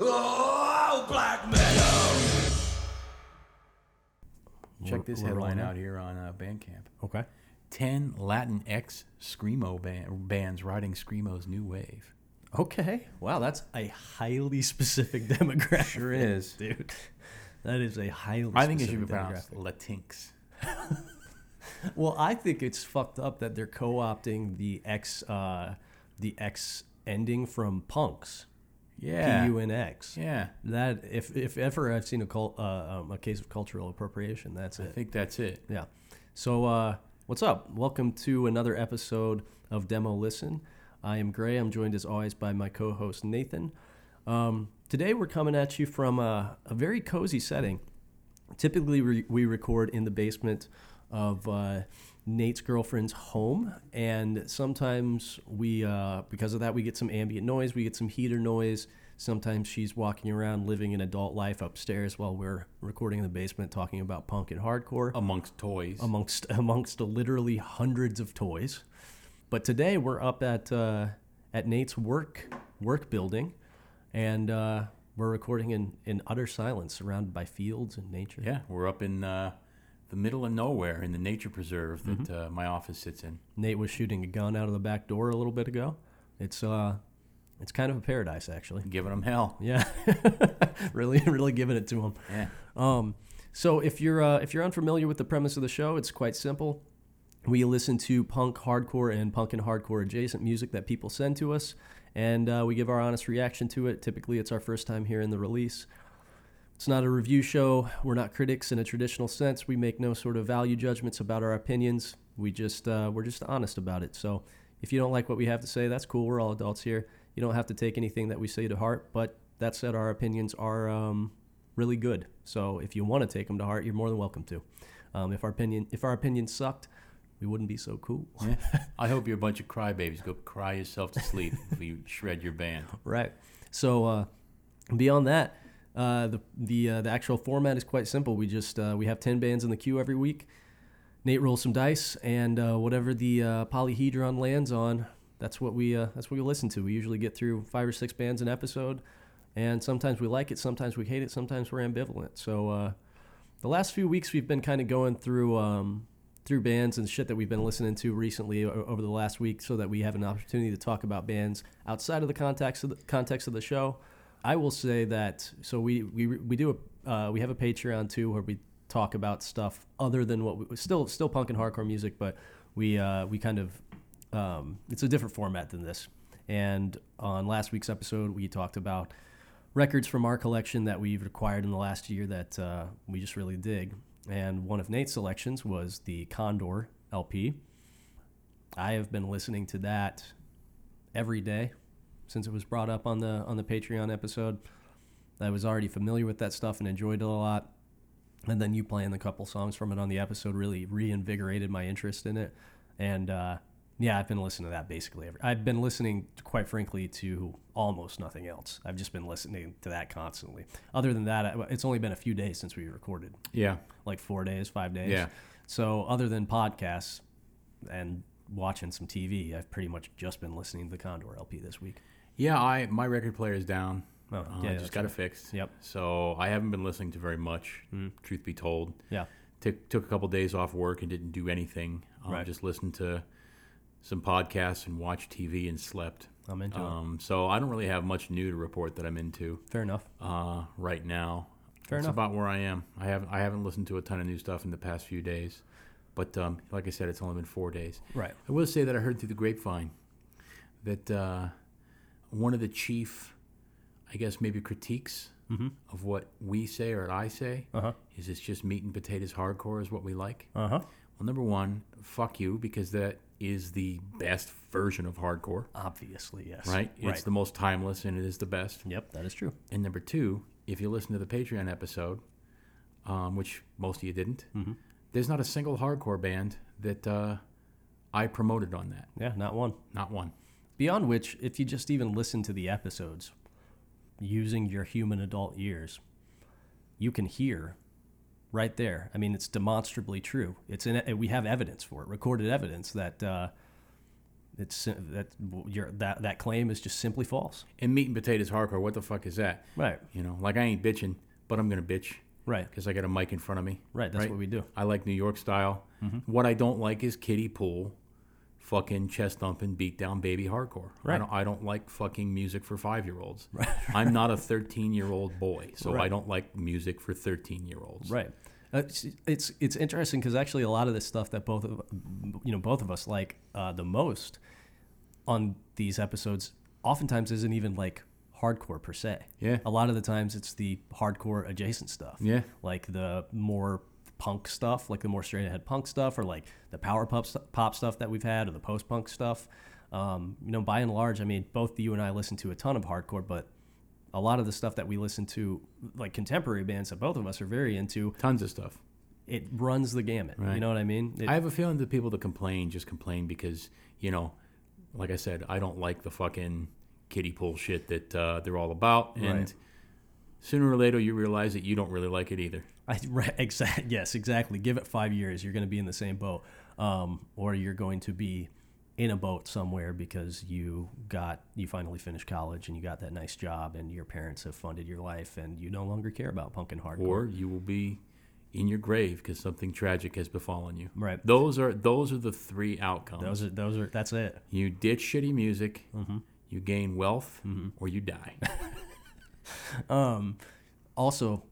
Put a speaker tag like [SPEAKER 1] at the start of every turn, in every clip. [SPEAKER 1] Oh, black metal.
[SPEAKER 2] Check this
[SPEAKER 3] We're rolling
[SPEAKER 2] headline out
[SPEAKER 3] in.
[SPEAKER 2] here on uh, Bandcamp.
[SPEAKER 3] Okay.
[SPEAKER 2] 10 Latin X Screamo ban- bands riding Screamo's new wave.
[SPEAKER 3] Okay. Wow, that's a highly specific demographic.
[SPEAKER 2] Sure is.
[SPEAKER 3] dude. That is a highly.
[SPEAKER 2] I think it should be
[SPEAKER 3] specific
[SPEAKER 2] pronounced
[SPEAKER 3] demographic.
[SPEAKER 2] Latinx.
[SPEAKER 3] Well, I think it's fucked up that they're co-opting the X, uh, the X ending from punks.
[SPEAKER 2] Yeah.
[SPEAKER 3] P U N X.
[SPEAKER 2] Yeah.
[SPEAKER 3] That if if ever I've seen a cul- uh, um, a case of cultural appropriation, that's
[SPEAKER 2] I
[SPEAKER 3] it.
[SPEAKER 2] think that's it.
[SPEAKER 3] Yeah. So uh, what's up? Welcome to another episode of Demo Listen. I am Gray. I'm joined as always by my co-host Nathan. Um, today we're coming at you from a, a very cozy setting. Typically we, we record in the basement of uh, Nate's girlfriend's home, and sometimes we uh, because of that we get some ambient noise, we get some heater noise. Sometimes she's walking around living an adult life upstairs while we're recording in the basement talking about punk and hardcore
[SPEAKER 2] Amongst toys.
[SPEAKER 3] amongst amongst literally hundreds of toys. But today we're up at uh, at Nate's work work building, and uh, we're recording in, in utter silence, surrounded by fields and nature.
[SPEAKER 2] yeah. We're up in uh, the middle of nowhere in the nature preserve that uh, my office sits in.
[SPEAKER 3] Nate was shooting a gun out of the back door a little bit ago. It's uh, it's kind of a paradise actually.
[SPEAKER 2] Giving them hell.
[SPEAKER 3] Yeah, really, really giving it to him.
[SPEAKER 2] Yeah.
[SPEAKER 3] Um, so if you're uh, if you're unfamiliar with the premise of the show, it's quite simple. We listen to punk, hardcore, and punk and hardcore adjacent music that people send to us, and uh, we give our honest reaction to it. Typically, it's our first time here in the release. It's not a review show. We're not critics in a traditional sense. We make no sort of value judgments about our opinions. We just uh, we're just honest about it. So if you don't like what we have to say, that's cool. We're all adults here. You don't have to take anything that we say to heart. But that said, our opinions are um, really good. So if you want to take them to heart, you're more than welcome to. Um, if our opinion if our opinion sucked, we wouldn't be so cool.
[SPEAKER 2] yeah. I hope you're a bunch of crybabies. Go cry yourself to sleep if you shred your band.
[SPEAKER 3] Right. So uh, beyond that, uh, the the uh, the actual format is quite simple. We just uh, we have ten bands in the queue every week. Nate rolls some dice, and uh, whatever the uh, polyhedron lands on, that's what we uh, that's what we listen to. We usually get through five or six bands an episode, and sometimes we like it, sometimes we hate it, sometimes we're ambivalent. So uh, the last few weeks we've been kind of going through um, through bands and shit that we've been listening to recently o- over the last week, so that we have an opportunity to talk about bands outside of the context of the context of the show. I will say that so we we, we do a uh, we have a Patreon too where we talk about stuff other than what we still still punk and hardcore music, but we uh, we kind of um, it's a different format than this. And on last week's episode, we talked about records from our collection that we've acquired in the last year that uh, we just really dig. And one of Nate's selections was the Condor LP. I have been listening to that every day since it was brought up on the on the Patreon episode. I was already familiar with that stuff and enjoyed it a lot. And then you playing the couple songs from it on the episode really reinvigorated my interest in it. And uh, yeah, I've been listening to that basically. Every, I've been listening, quite frankly, to almost nothing else. I've just been listening to that constantly. Other than that, I- it's only been a few days since we recorded
[SPEAKER 2] Yeah.
[SPEAKER 3] like four days, five days.
[SPEAKER 2] Yeah.
[SPEAKER 3] So other than podcasts and watching some TV, I've pretty much just been listening to the Condor LP this week.
[SPEAKER 2] Yeah, I my record player is down.
[SPEAKER 3] Oh,
[SPEAKER 2] uh,
[SPEAKER 3] yeah,
[SPEAKER 2] I
[SPEAKER 3] that's
[SPEAKER 2] just got it fixed.
[SPEAKER 3] Yep. Mm-hmm.
[SPEAKER 2] So I haven't been listening to very much. Truth be told,
[SPEAKER 3] Yeah.
[SPEAKER 2] took took a couple days off work and didn't do anything. Um,
[SPEAKER 3] Right.
[SPEAKER 2] Just listened to some podcasts and watched TV and slept.
[SPEAKER 3] I'm into it.
[SPEAKER 2] Um, so I don't really have much new to report that I'm into
[SPEAKER 3] Fair enough.
[SPEAKER 2] uh, right now.
[SPEAKER 3] Fair
[SPEAKER 2] That's
[SPEAKER 3] enough.
[SPEAKER 2] about where I am. I haven't I haven't listened to a ton of new stuff in the past few days, but um, like I said, it's only been four days.
[SPEAKER 3] Right.
[SPEAKER 2] I will say that I heard through the grapevine that uh, one of the chief, I guess maybe critiques of what we say or what I say
[SPEAKER 3] Mm-hmm. Uh-huh.
[SPEAKER 2] is it's just meat and potatoes hardcore is what we like.
[SPEAKER 3] Uh huh.
[SPEAKER 2] Well, number one, fuck you because that is the best version of hardcore,
[SPEAKER 3] Obviously, yes.
[SPEAKER 2] right?
[SPEAKER 3] Right.
[SPEAKER 2] It's the most timeless and it is the best.
[SPEAKER 3] yep, that is true.
[SPEAKER 2] And number two, if you listen to the Patreon episode, um, which most of you didn't, there's not a single hardcore band that uh, I promoted on that.
[SPEAKER 3] Yeah, not one.
[SPEAKER 2] Not one.
[SPEAKER 3] Beyond which, if you just even listen to the episodes using your human adult ears, you can hear right there. I mean, it's demonstrably true. It's in, we have evidence for it, recorded evidence that uh, It's sim- that your that that claim is just simply false.
[SPEAKER 2] And meat and potatoes hardcore. What the fuck is that?
[SPEAKER 3] Right.
[SPEAKER 2] You know, like I ain't bitching, but I'm gonna bitch
[SPEAKER 3] Right.
[SPEAKER 2] because I got a mic in front of me.
[SPEAKER 3] Right. That's what we do.
[SPEAKER 2] I like New York style.
[SPEAKER 3] Mm-hmm.
[SPEAKER 2] What I don't like is kiddie pool, fucking chest thumping, beat down baby hardcore. I
[SPEAKER 3] Right.
[SPEAKER 2] don't, I don't like fucking music for five year olds. Right. I'm not a 13 year old boy, so I
[SPEAKER 3] Right.
[SPEAKER 2] don't like music for 13 year olds.
[SPEAKER 3] Right. Uh, it's it's, it's interesting because actually a lot of this stuff that both of you know both of us like uh, the most on these episodes oftentimes isn't even like hardcore per se.
[SPEAKER 2] Yeah.
[SPEAKER 3] A lot of the times it's the hardcore adjacent stuff.
[SPEAKER 2] Yeah.
[SPEAKER 3] Like the more punk stuff, like the more straight ahead punk stuff, or like the power pop, st- pop stuff that we've had, or the post punk stuff. Um, you know, by and large, I mean, both you and I listen to a ton of hardcore, but a lot of the stuff that we listen to, like contemporary bands that both of us are very into,
[SPEAKER 2] Tons of stuff.
[SPEAKER 3] it runs the gamut.
[SPEAKER 2] Right.
[SPEAKER 3] You know what I mean? It-
[SPEAKER 2] I have a feeling that people that complain just complain because, you know, like I said, I don't like the fucking kiddie pool shit that uh, they're all about. And
[SPEAKER 3] Right.
[SPEAKER 2] sooner or later, you realize that you don't really like it either.
[SPEAKER 3] I, right, exact, yes, exactly. Give it five years, you're going to be in the same boat, um, or you're going to be in a boat somewhere because you got you finally finished college and you got that nice job and your parents have funded your life and you no longer care about punk and hardcore.
[SPEAKER 2] or you will be in your grave because something tragic has befallen you.
[SPEAKER 3] Right.
[SPEAKER 2] Those are those are the three outcomes.
[SPEAKER 3] those Mm-hmm. are those are that's it.
[SPEAKER 2] you ditch shitty music, you gain wealth,
[SPEAKER 3] Mm-hmm.
[SPEAKER 2] or you die.
[SPEAKER 3] Also,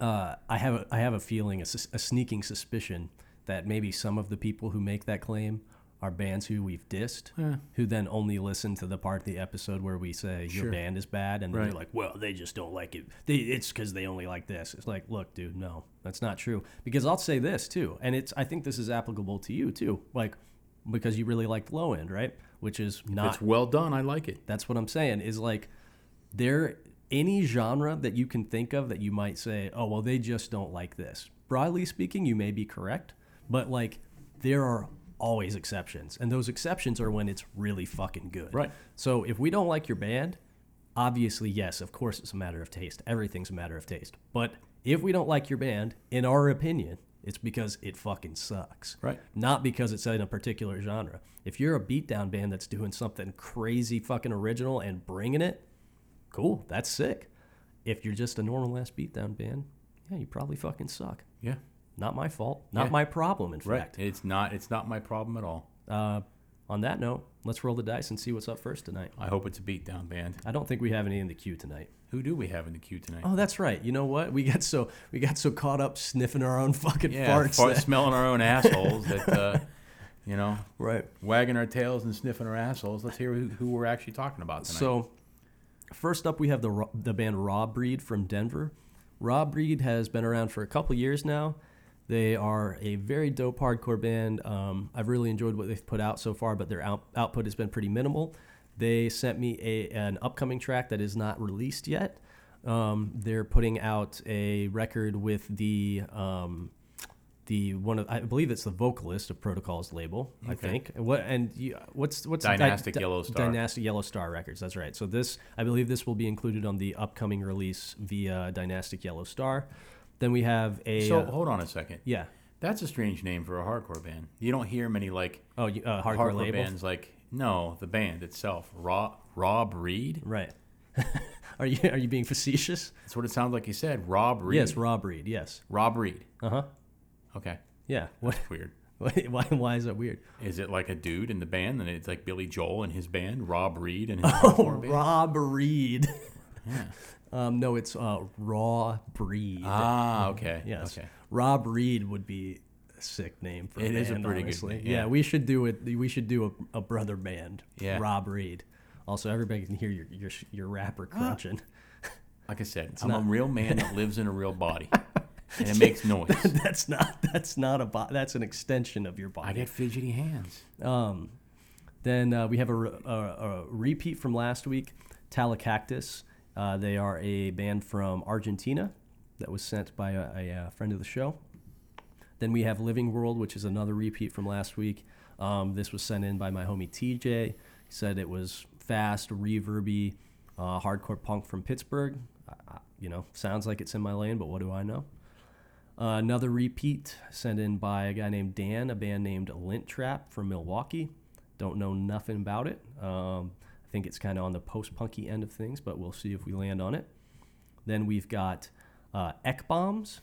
[SPEAKER 3] uh, I have a, I have a feeling a, sus- a sneaking suspicion that maybe some of the people who make that claim are bands who we've dissed, who then only listen to the part of the episode where we say your band is bad, and then
[SPEAKER 2] Right.
[SPEAKER 3] they're like, well, they just don't like it. They, it's because they only like this. It's like, look, dude, no, that's not true. Because I'll say this too, and it's I think this is applicable to you too, like because you really liked low end, right? Which is not
[SPEAKER 2] it's well done. I like it.
[SPEAKER 3] that's what I'm saying. Is like there any genre that you can think of that you might say, oh well, they just don't like this. Broadly speaking, you may be correct, but like there are always exceptions, and those exceptions are when it's really fucking good.
[SPEAKER 2] Right.
[SPEAKER 3] So if we don't like your band, obviously yes, of course it's a matter of taste. Everything's a matter of taste. But if we don't like your band, in our opinion, it's because it fucking sucks
[SPEAKER 2] Right.
[SPEAKER 3] not because it's in a particular genre. If you're a beatdown band that's doing something crazy fucking original and bringing it, cool, that's sick. If you're just a normal ass beatdown band, yeah, you probably fucking suck.
[SPEAKER 2] Yeah.
[SPEAKER 3] Not my fault, not
[SPEAKER 2] Yeah.
[SPEAKER 3] my problem, in
[SPEAKER 2] Right.
[SPEAKER 3] fact.
[SPEAKER 2] It's not it's not my problem at all.
[SPEAKER 3] Uh, on that note, let's roll the dice and see what's up first tonight.
[SPEAKER 2] I hope it's a beatdown band.
[SPEAKER 3] I don't think we have any in the queue tonight.
[SPEAKER 2] Who do we have in the queue tonight?
[SPEAKER 3] Oh, that's right. You know what? We got so we got so caught up sniffing our own fucking farts.
[SPEAKER 2] fart-
[SPEAKER 3] that-
[SPEAKER 2] smelling our own assholes that uh, you know,
[SPEAKER 3] right.
[SPEAKER 2] wagging our tails and sniffing our assholes. Let's hear who, who we're actually talking about tonight.
[SPEAKER 3] So, first up, we have the Ra- the band Raw Breed from Denver. Raw Breed has been around for a couple years now. They are a very dope hardcore band. Um, I've really enjoyed what they've put out so far, but their out- output has been pretty minimal. They sent me a, an upcoming track that is not released yet. Um, they're putting out a record with the um, the one of I believe it's the vocalist of Protocol's label. I think what and you, what's what's the-
[SPEAKER 2] Dynastic
[SPEAKER 3] Dy-
[SPEAKER 2] Yellow Star.
[SPEAKER 3] Dynastic Yellow Star Records. That's right. So this I believe this will be included on the upcoming release via Dynastic Yellow Star. Then we have a
[SPEAKER 2] so
[SPEAKER 3] uh,
[SPEAKER 2] hold on a second.
[SPEAKER 3] yeah
[SPEAKER 2] That's a strange name for a hardcore band. You don't hear many like
[SPEAKER 3] oh you- uh, hardcore,
[SPEAKER 2] hardcore,
[SPEAKER 3] label
[SPEAKER 2] bands like no, the band itself, Raw Raw Breed.
[SPEAKER 3] right. are you are you being facetious?
[SPEAKER 2] That's what it sounds like you said, Raw Breed.
[SPEAKER 3] Yes, Rob Reed. Yes.
[SPEAKER 2] Raw Breed.
[SPEAKER 3] Uh huh.
[SPEAKER 2] Okay,
[SPEAKER 3] Yeah. What?
[SPEAKER 2] weird.
[SPEAKER 3] Why? Why is that weird?
[SPEAKER 2] Is it like a dude in the band, and it's like Billy Joel and his band, Raw Breed and his
[SPEAKER 3] Oh,
[SPEAKER 2] hardcore band?
[SPEAKER 3] Rob Reed. um, no, it's uh, Raw Breed.
[SPEAKER 2] Ah, okay.
[SPEAKER 3] yes.
[SPEAKER 2] Okay.
[SPEAKER 3] Rob Reed would be a sick name for a
[SPEAKER 2] It
[SPEAKER 3] band,
[SPEAKER 2] is a pretty good
[SPEAKER 3] honestly.
[SPEAKER 2] name,
[SPEAKER 3] Yeah.
[SPEAKER 2] yeah.
[SPEAKER 3] we should do it. We should do a, a brother band.
[SPEAKER 2] Yeah.
[SPEAKER 3] Rob Reed. Also, everybody can hear your your, your rapper crunching.
[SPEAKER 2] Like I said, I'm a real man that lives in a real body, and it makes noise.
[SPEAKER 3] that's not that's not a bo- that's an extension of your body.
[SPEAKER 2] I get fidgety hands.
[SPEAKER 3] Um, then uh, we have a, re- a, a repeat from last week, Talacactus. Uh, they are a band from Argentina that was sent by a, a, uh friend of the show. Then we have Living World, which is another repeat from last week. Um, this was sent in by my homie TJ. He said it was fast, reverby, uh, hardcore punk from Pittsburgh. I, I, you know, sounds like it's in my lane, but what do I know? Uh, another repeat sent in by a guy named Dan, a band named Lint Trap from Milwaukee. Don't know nothing about it. Um, I think it's kind of on the post punky end of things, but we'll see if we land on it. Then we've got uh, Ek Bombs,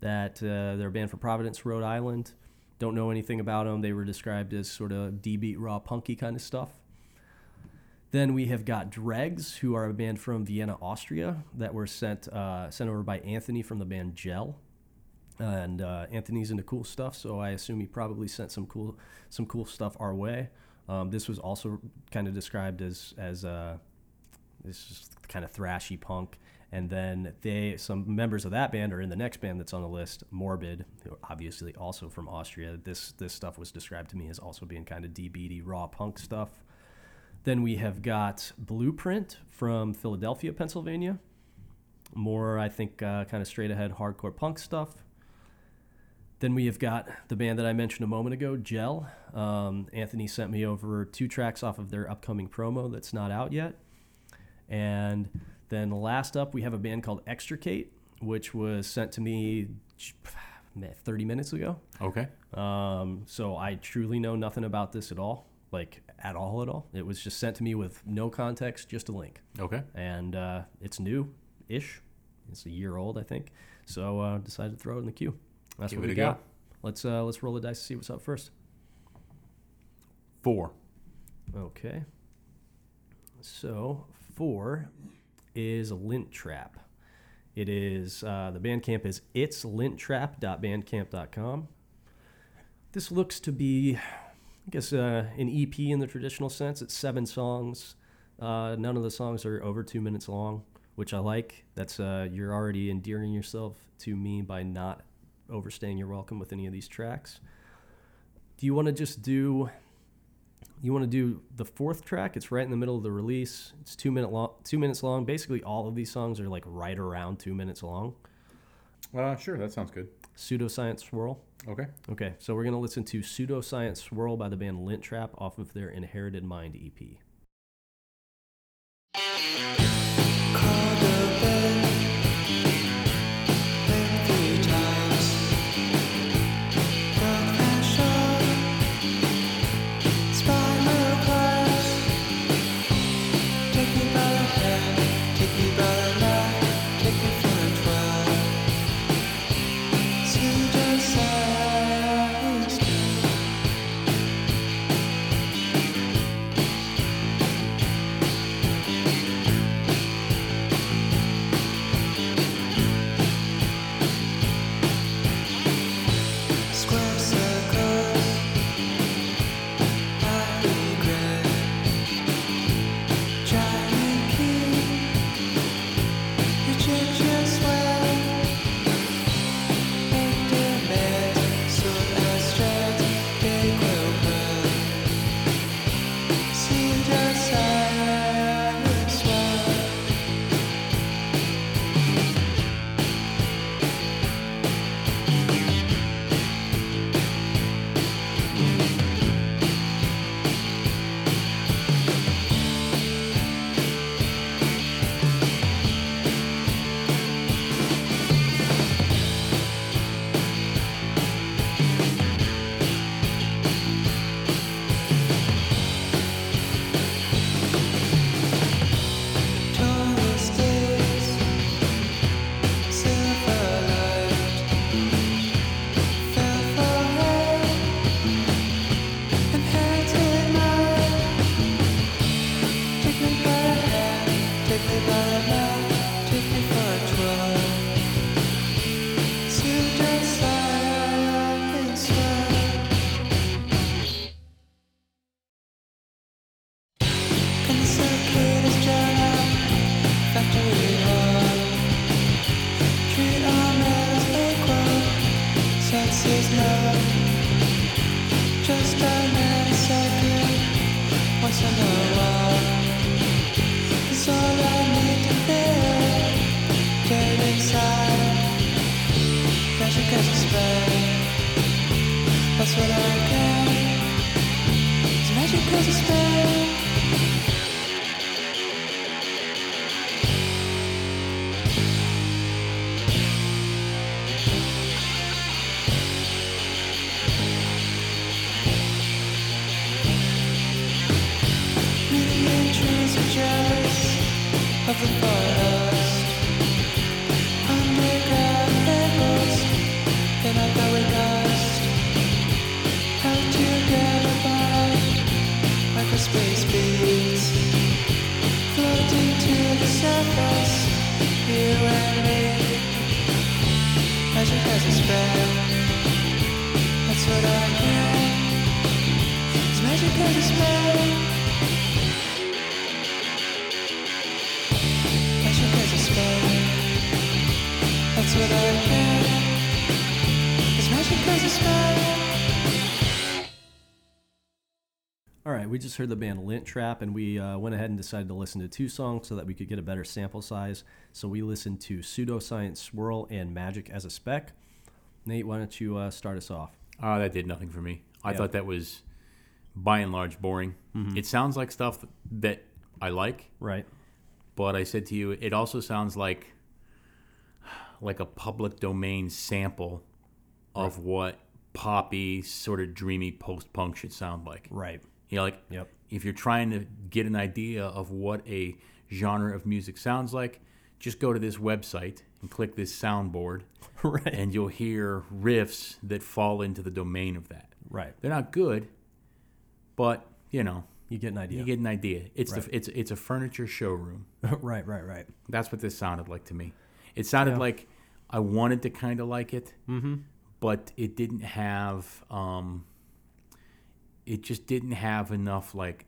[SPEAKER 3] that uh, they're a band from Providence, Rhode Island. Don't know anything about them. They were described as sort of D beat raw punky kind of stuff. Then we have got Dregs, who are a band from Vienna, Austria, that were sent uh, sent over by Anthony from the band Gel. And uh, Anthony's into cool stuff, so I assume he probably sent some cool some cool stuff our way. Um, this was also kind of described as as uh, this is kind of thrashy punk. And then they, some members of that band are in the next band that's on the list, Morbid, who are obviously also from Austria. This this stuff was described to me as also being kind of DBD raw punk stuff. Then we have got Blueprint from Philadelphia, Pennsylvania. More, I think, uh, kind of straight ahead hardcore punk stuff. Then we have got the band that I mentioned a moment ago, Gel. Um, Anthony sent me over two tracks off of their upcoming promo that's not out yet. And then last up, we have a band called Extricate, which was sent to me 30 minutes ago.
[SPEAKER 2] Okay.
[SPEAKER 3] Um, so I truly know nothing about this at all, like at all, at all. It was just sent to me with no context, just a link,
[SPEAKER 2] Okay.
[SPEAKER 3] and uh, it's new-ish. It's a year old, I think. So uh, decided to throw it in the queue. That's
[SPEAKER 2] Give
[SPEAKER 3] what
[SPEAKER 2] it a
[SPEAKER 3] we
[SPEAKER 2] go.
[SPEAKER 3] got. Let's uh, let's roll the dice to see what's up first.
[SPEAKER 2] Four.
[SPEAKER 3] Okay. So four is Lint Trap. It is uh, the Bandcamp is it's linttrap.bandcamp.com. This looks to be, I guess, uh, an EP in the traditional sense. It's seven songs. Uh, none of the songs are over two minutes long, which I like. That's uh, you're already endearing yourself to me by not overstaying your welcome with any of these tracks. Do you want to just do? you want to do the fourth track it's right in the middle of the release it's two minute long two minutes long basically all of these songs are like right around two minutes long
[SPEAKER 2] Uh, sure, that sounds good.
[SPEAKER 3] pseudoscience swirl
[SPEAKER 2] Okay.
[SPEAKER 3] okay so we're going to listen to pseudoscience swirl by the band lint trap off of their inherited mind E ep
[SPEAKER 4] Square circles, I regret. Giant key, you change your sweat. Make demand, soon as dread, they will burn. See the silence swell. And the circuit is drawn out Factory hall. Treat all men as equal. Sex is love. Just a man second. Once in a while. It's all I need to feel. Dead inside. Magic as a spell. That's what I can. It's magic as a spell. Evening trees are jealous of the forest. Underground pebbles in a belly dust. How to get about like a space beat. Floating to the surface, you and me. As your has a spell, that's what I hear. It's magic as a spell. Magic as a spell. That's what I hear. It's magic as a spell.
[SPEAKER 3] All right, we just heard the band Lint Trap, and we uh, went ahead and decided to listen to two songs so that we could get a better sample size. So we listened to Pseudoscience Swirl and Magic as a Spec. Nate, why don't you uh, start us off?
[SPEAKER 2] Uh, that did nothing for me. I
[SPEAKER 3] Yeah. Mm-hmm.
[SPEAKER 2] thought that was, by and large, boring. It sounds like stuff that I like,
[SPEAKER 3] Right.
[SPEAKER 2] but I said to you, it also sounds like, like a public domain sample of what poppy, sort of dreamy post-punk should sound like.
[SPEAKER 3] Right.
[SPEAKER 2] You know, like
[SPEAKER 3] Yep.
[SPEAKER 2] if you're trying to get an idea of what a genre of music sounds like, just go to this website and click this soundboard,
[SPEAKER 3] right.
[SPEAKER 2] and you'll hear riffs that fall into the domain of that.
[SPEAKER 3] Right.
[SPEAKER 2] They're not good, but you know,
[SPEAKER 3] You get an idea.
[SPEAKER 2] you get an idea. It's
[SPEAKER 3] Right.
[SPEAKER 2] the, it's it's a furniture showroom.
[SPEAKER 3] right, right, right.
[SPEAKER 2] That's what this sounded like to me. It sounded like I wanted to kind of like it, but it didn't have. Um, it just didn't have enough like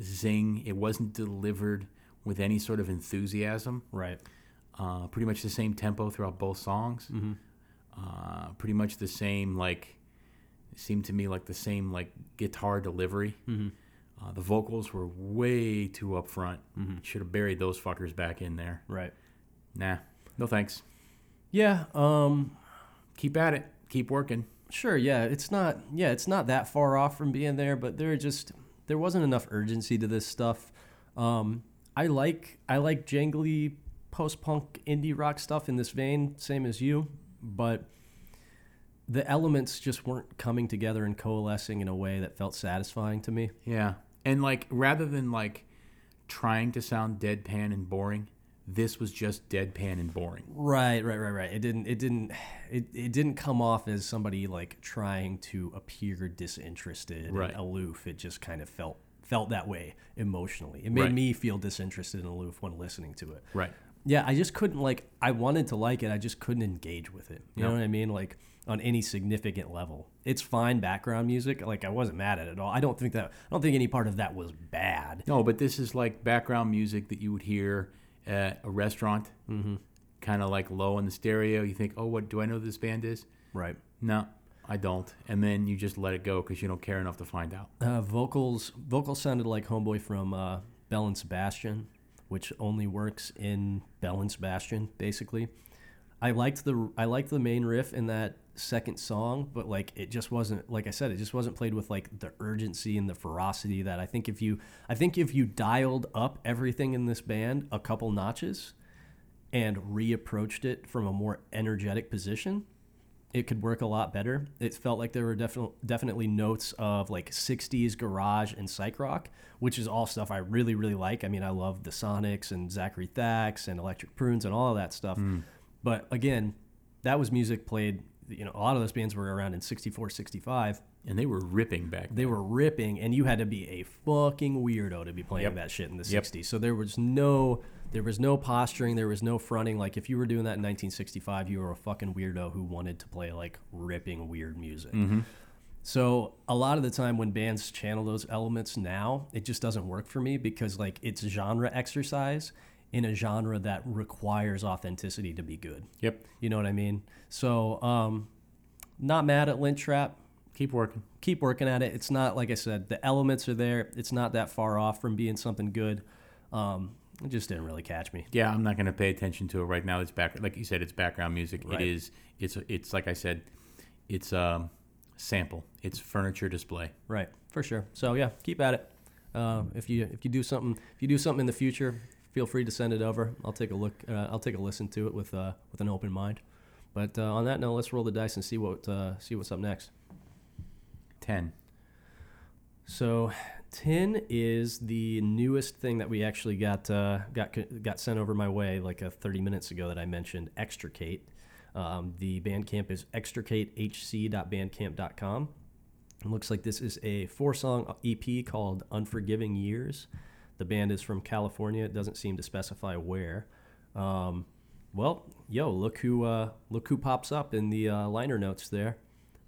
[SPEAKER 2] zing. It wasn't delivered with any sort of enthusiasm.
[SPEAKER 3] Right.
[SPEAKER 2] Uh, pretty much the same tempo throughout both songs. Uh, pretty much the same like it seemed to me like the same like guitar delivery. Uh, the vocals were way too upfront. Should have buried those fuckers back in there.
[SPEAKER 3] Right.
[SPEAKER 2] Nah, no thanks.
[SPEAKER 3] Yeah. Um,
[SPEAKER 2] Keep at it. Keep working.
[SPEAKER 3] sure yeah it's not yeah it's not that far off from being there but there just there wasn't enough urgency to this stuff um i like i like jangly post-punk indie rock stuff in this vein same as you but the elements just weren't coming together and coalescing in a way that felt satisfying to me
[SPEAKER 2] Yeah. And like rather than like trying to sound deadpan and boring, this was just deadpan and boring.
[SPEAKER 3] right right right right it didn't it didn't it, it didn't come off as somebody like trying to appear disinterested
[SPEAKER 2] Right.
[SPEAKER 3] and aloof it just kind of felt felt that way emotionally it made
[SPEAKER 2] Right.
[SPEAKER 3] me feel disinterested and aloof when listening to it
[SPEAKER 2] Right.
[SPEAKER 3] yeah i just couldn't like i wanted to like it i just couldn't engage with it you know
[SPEAKER 2] Yeah.
[SPEAKER 3] what i mean like on any significant level it's fine background music like i wasn't mad at it at all i don't think that i don't think any part of that was bad
[SPEAKER 2] No, but this is like background music that you would hear at a restaurant, mm-hmm. kind of like low in the stereo. You think, oh, what do I know who this band is?
[SPEAKER 3] right
[SPEAKER 2] No, I don't. And then you just let it go because you don't care enough to find out.
[SPEAKER 3] Uh, vocals vocals sounded like Homeboy from uh, Bell and Sebastian, which only works in Bell and Sebastian, basically. I liked the I liked the main riff in that second song, but like it just wasn't like I said, it just wasn't played with like the urgency and the ferocity that I think if you I think if you dialed up everything in this band a couple notches and reapproached it from a more energetic position, it could work a lot better. It felt like there were definitely definitely notes of like 60s garage and psych rock, which is all stuff I really really like. I mean, I love the Sonics and Zachary Thax and Electric Prunes and all of that stuff. But again, that was music played, you know, a lot of those bands were around in 64, 65.
[SPEAKER 2] And they were ripping back.
[SPEAKER 3] They were ripping and you had to be a fucking weirdo to be playing that shit in the
[SPEAKER 2] Yep.
[SPEAKER 3] 60s. So there was no there was no posturing, there was no fronting. Like if you were doing that in 1965, you were a fucking weirdo who wanted to play like ripping weird music.
[SPEAKER 2] Mm-hmm.
[SPEAKER 3] So a lot of the time when bands channel those elements now, it just doesn't work for me because like it's genre exercise in a genre that requires authenticity to be good.
[SPEAKER 2] Yep.
[SPEAKER 3] You know what I mean? So um not mad at Lint Trap
[SPEAKER 2] Keep working.
[SPEAKER 3] keep working at it. It's not like I said, the elements are there. It's not that far off from being something good. Um, it just didn't really catch me.
[SPEAKER 2] Yeah, I'm not going to pay attention to it right now. It's back, like you said, it's background music.
[SPEAKER 3] Right.
[SPEAKER 2] It is. It's. It's like I said. It's um, sample. It's furniture display.
[SPEAKER 3] Right, for sure. So yeah, keep at it. Uh, if you if you do something if you do something in the future, feel free to send it over. I'll take a look. Uh, I'll take a listen to it with uh, with an open mind. But uh, on that note, let's roll the dice and see what uh, see what's up next.
[SPEAKER 2] Ten.
[SPEAKER 3] So, ten is the newest thing that we actually got uh, got got sent over my way like uh, thirty minutes ago that I mentioned. Extricate. Um, the Bandcamp is extricatehc.bandcamp.com. It looks like this is a four song EP called Unforgiving Years. The band is from California. It doesn't seem to specify where. Um, well, yo, look who uh, look who pops up in the uh, liner notes there.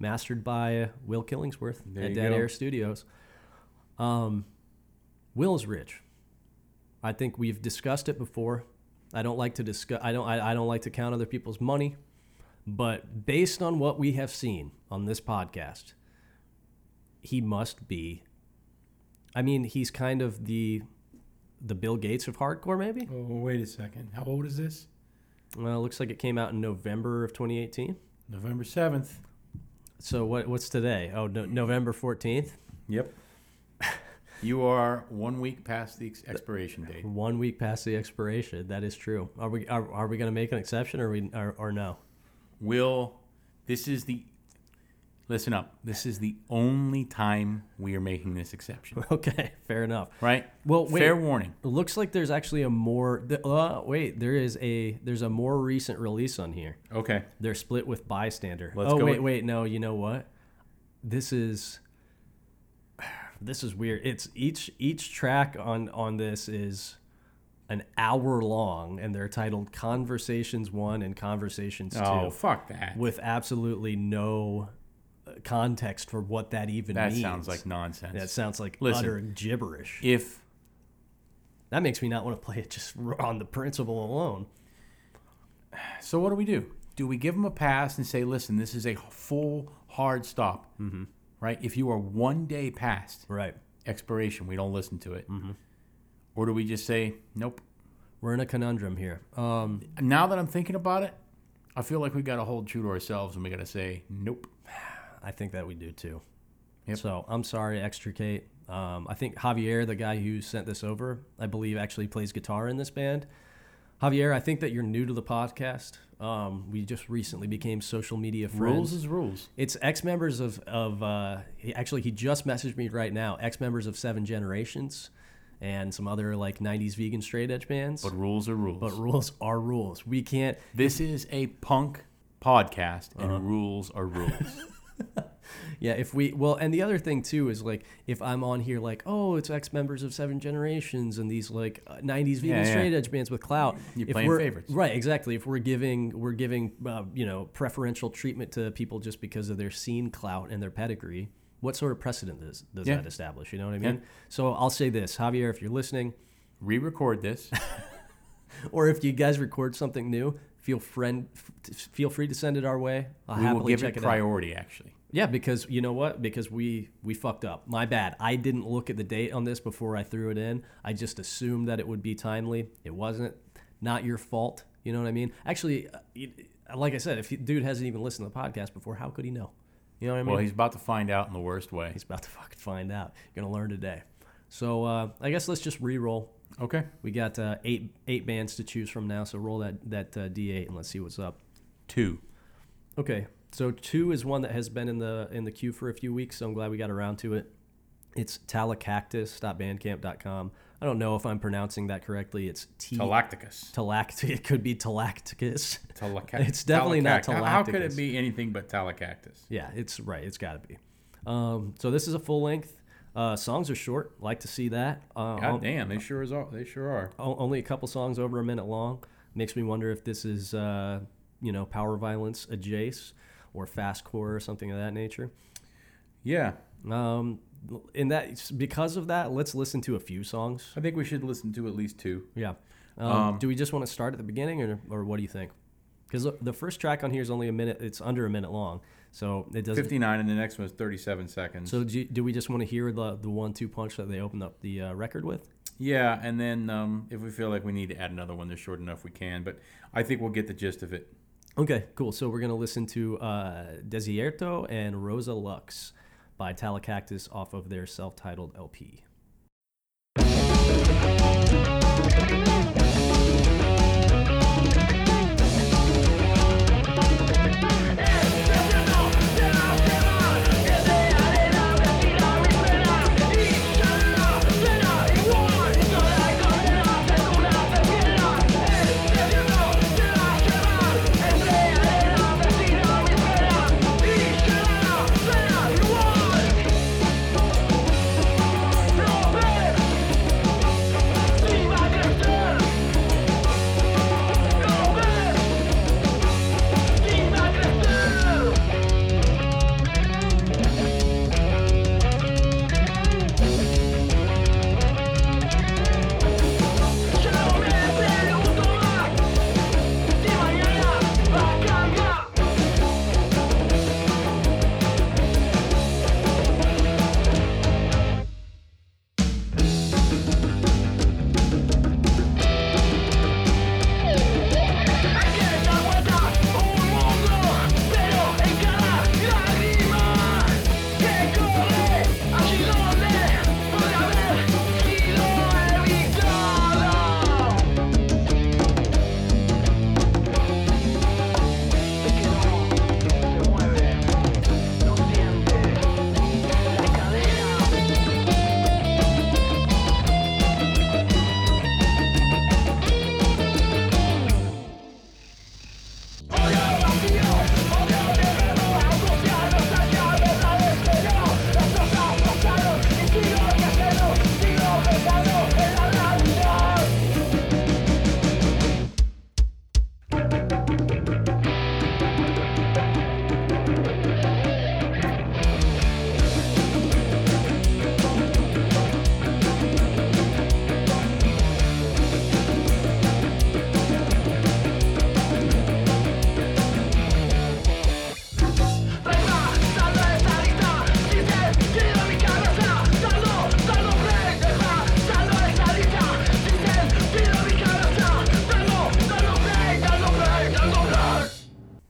[SPEAKER 3] Mastered by uh, Will Killingsworth
[SPEAKER 2] There
[SPEAKER 3] at
[SPEAKER 2] you
[SPEAKER 3] Dead
[SPEAKER 2] go.
[SPEAKER 3] Air Studios. Um, Will's rich. I think we've discussed it before. I don't like to discuss. I don't. I, I don't like to count other people's money. But based on what we have seen on this podcast, he must be. I mean, he's kind of the the Bill Gates of hardcore, maybe.
[SPEAKER 5] Oh, wait a second. How old is this?
[SPEAKER 3] Well, it looks like it came out in November of 2018.
[SPEAKER 5] November 7th.
[SPEAKER 3] So what what's today? Oh, no, November 14th,
[SPEAKER 2] Yep. you are one week past the ex- expiration date.
[SPEAKER 3] one week past the expiration. That is true. Are we are, are we going to make an exception or we or, or no?
[SPEAKER 2] Will, this is the. Listen up. This is the only time we are making this exception,
[SPEAKER 3] Okay, fair enough.
[SPEAKER 2] right?
[SPEAKER 3] Well, wait.
[SPEAKER 2] Fair warning.
[SPEAKER 3] It looks like there's actually a more th- uh, wait, there is a there's a more recent release on here.
[SPEAKER 2] Okay.
[SPEAKER 3] They're split with bystander.
[SPEAKER 2] Let's
[SPEAKER 3] oh
[SPEAKER 2] go
[SPEAKER 3] wait,
[SPEAKER 2] with-
[SPEAKER 3] wait, no, you know what? This is this is weird. It's each each track on on this is an hour long and they're titled Conversations 1 and Conversations 2
[SPEAKER 2] Oh, fuck that.
[SPEAKER 3] with absolutely no uh, context for what that even
[SPEAKER 2] That
[SPEAKER 3] means.
[SPEAKER 2] sounds like nonsense.
[SPEAKER 3] that sounds like
[SPEAKER 2] Listen.
[SPEAKER 3] utter gibberish.
[SPEAKER 2] if
[SPEAKER 3] That makes me not want to play it just r- on the principle alone.
[SPEAKER 2] so, what do we do? Do we give them a pass and say, "Listen, this is a full hard stop," mm-hmm. right? If you are one day past
[SPEAKER 3] Right.
[SPEAKER 2] expiration, we don't listen to it, or do we just say, "Nope"?
[SPEAKER 3] We're in a conundrum here. Um,
[SPEAKER 2] Now that I'm thinking about it, I feel like we got to hold true to ourselves and we got to say, "Nope."
[SPEAKER 3] I think that we do too.
[SPEAKER 2] Yep.
[SPEAKER 3] So I'm sorry, extricate. Um, I think Javier, the guy who sent this over, I believe actually plays guitar in this band. Javier, I think that you're new to the podcast. Um, we just recently became social media friends.
[SPEAKER 2] Rules is rules.
[SPEAKER 3] It's ex members of of uh, he, actually he just messaged me right now. Ex members of Seven Generations and some other like '90s vegan straight edge bands.
[SPEAKER 2] But rules are rules.
[SPEAKER 3] but rules are rules. We can't.
[SPEAKER 2] this is a punk podcast, and
[SPEAKER 3] Uh-huh.
[SPEAKER 2] rules are rules.
[SPEAKER 3] Yeah, if we well, and the other thing too is like if I'm on here like, oh, it's ex members of Seven Generations and these like uh, '90s vegan
[SPEAKER 2] Yeah, yeah.
[SPEAKER 3] straight edge bands with clout.
[SPEAKER 2] You're
[SPEAKER 3] if
[SPEAKER 2] playing
[SPEAKER 3] we're-
[SPEAKER 2] favorites.
[SPEAKER 3] right? Exactly. If we're giving we're giving uh, you know preferential treatment to people just because of their scene clout and their pedigree, what sort of precedent does does
[SPEAKER 2] Yeah.
[SPEAKER 3] that establish? You know what I mean?
[SPEAKER 2] Yeah.
[SPEAKER 3] So I'll say this, Javier, if you're listening,
[SPEAKER 2] Re-record this.
[SPEAKER 3] or if you guys record something new, feel friend f- feel free to send it our way. I'll
[SPEAKER 2] We
[SPEAKER 3] happily
[SPEAKER 2] will give
[SPEAKER 3] check
[SPEAKER 2] it
[SPEAKER 3] it out.
[SPEAKER 2] priority. Actually,
[SPEAKER 3] Yeah, because you know what? Because we we fucked up. My bad. I didn't look at the date on this before I threw it in. I just assumed that it would be timely. It wasn't. Not your fault. You know what I mean? Actually, uh, it- like I said, if you- dude hasn't even listened to the podcast before, how could he know? You know what I mean?
[SPEAKER 2] well, he's about to find out in the worst way.
[SPEAKER 3] he's about to fucking find out. You're gonna learn today. So uh, I guess let's just re-roll.
[SPEAKER 2] Okay.
[SPEAKER 3] We got uh, eight eight bands to choose from now. So roll that that uh, D8 and let's see what's up.
[SPEAKER 2] Two.
[SPEAKER 3] Okay, so two is one that has been in the in the queue for a few weeks, so I'm glad we got around to it. It's talacactus.bandcamp.com. I don't know if I'm pronouncing that correct. It's T.
[SPEAKER 2] Telacticus.
[SPEAKER 3] Talact. It could be Talacticus.
[SPEAKER 2] Teleca-
[SPEAKER 3] It's definitely not
[SPEAKER 2] Telecact- How could
[SPEAKER 3] Telacticus.
[SPEAKER 2] it be anything but Telacactus?
[SPEAKER 3] yeah, it's right. It's got to be. Um, so this is a full length. Uh, songs are short. Like to see that. Uh,
[SPEAKER 2] God
[SPEAKER 3] on-
[SPEAKER 2] damn, they sure is. All, they sure are.
[SPEAKER 3] o- only a couple songs over a minute long. Makes me wonder if this is, uh, you know, power violence, a Jace, or fastcore, or something of that nature.
[SPEAKER 2] Yeah,
[SPEAKER 3] Um, and that because of that, let's listen to a few songs.
[SPEAKER 2] I think we should listen to at least two.
[SPEAKER 3] Yeah. Um, do we just want to start at the beginning, or or what do you think? Because the first track on here is only a minute. It's under a minute long, so it doesn't.
[SPEAKER 2] Fifty-nine, and the next one is thirty-seven seconds.
[SPEAKER 3] So do, you- do we just want to hear the the one two punch that they opened up the uh, record with?
[SPEAKER 2] yeah, and then um, if we feel like we need to add another one, that's short enough. We can, but I think we'll get the gist of it.
[SPEAKER 3] Okay, cool. So we're gonna listen to uh, Desierto and Rosa Lux by Talacactus off of their self-titled LP.
[SPEAKER 6] Get out, get out, get out, get out, get out, get out, get out, get out, get out, get out,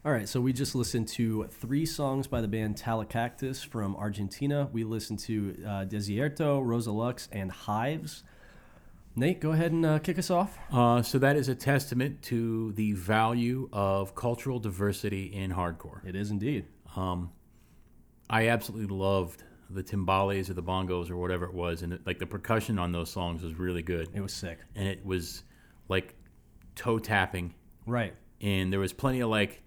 [SPEAKER 3] right, so we just listened to three songs by the band Talacactus from Argentina. We listened to uh, Desierto, Rosa Lux, and Hives. Nate, go ahead and uh, kick us off.
[SPEAKER 2] Uh, so that is a testament to the value of cultural diversity in hardcore.
[SPEAKER 3] It is indeed.
[SPEAKER 2] I absolutely loved the timbales or the bongos or whatever it was, and like the percussion on those songs was really good,
[SPEAKER 3] It was sick.
[SPEAKER 2] and it was like toe tapping,
[SPEAKER 3] Right.
[SPEAKER 2] and there was plenty of like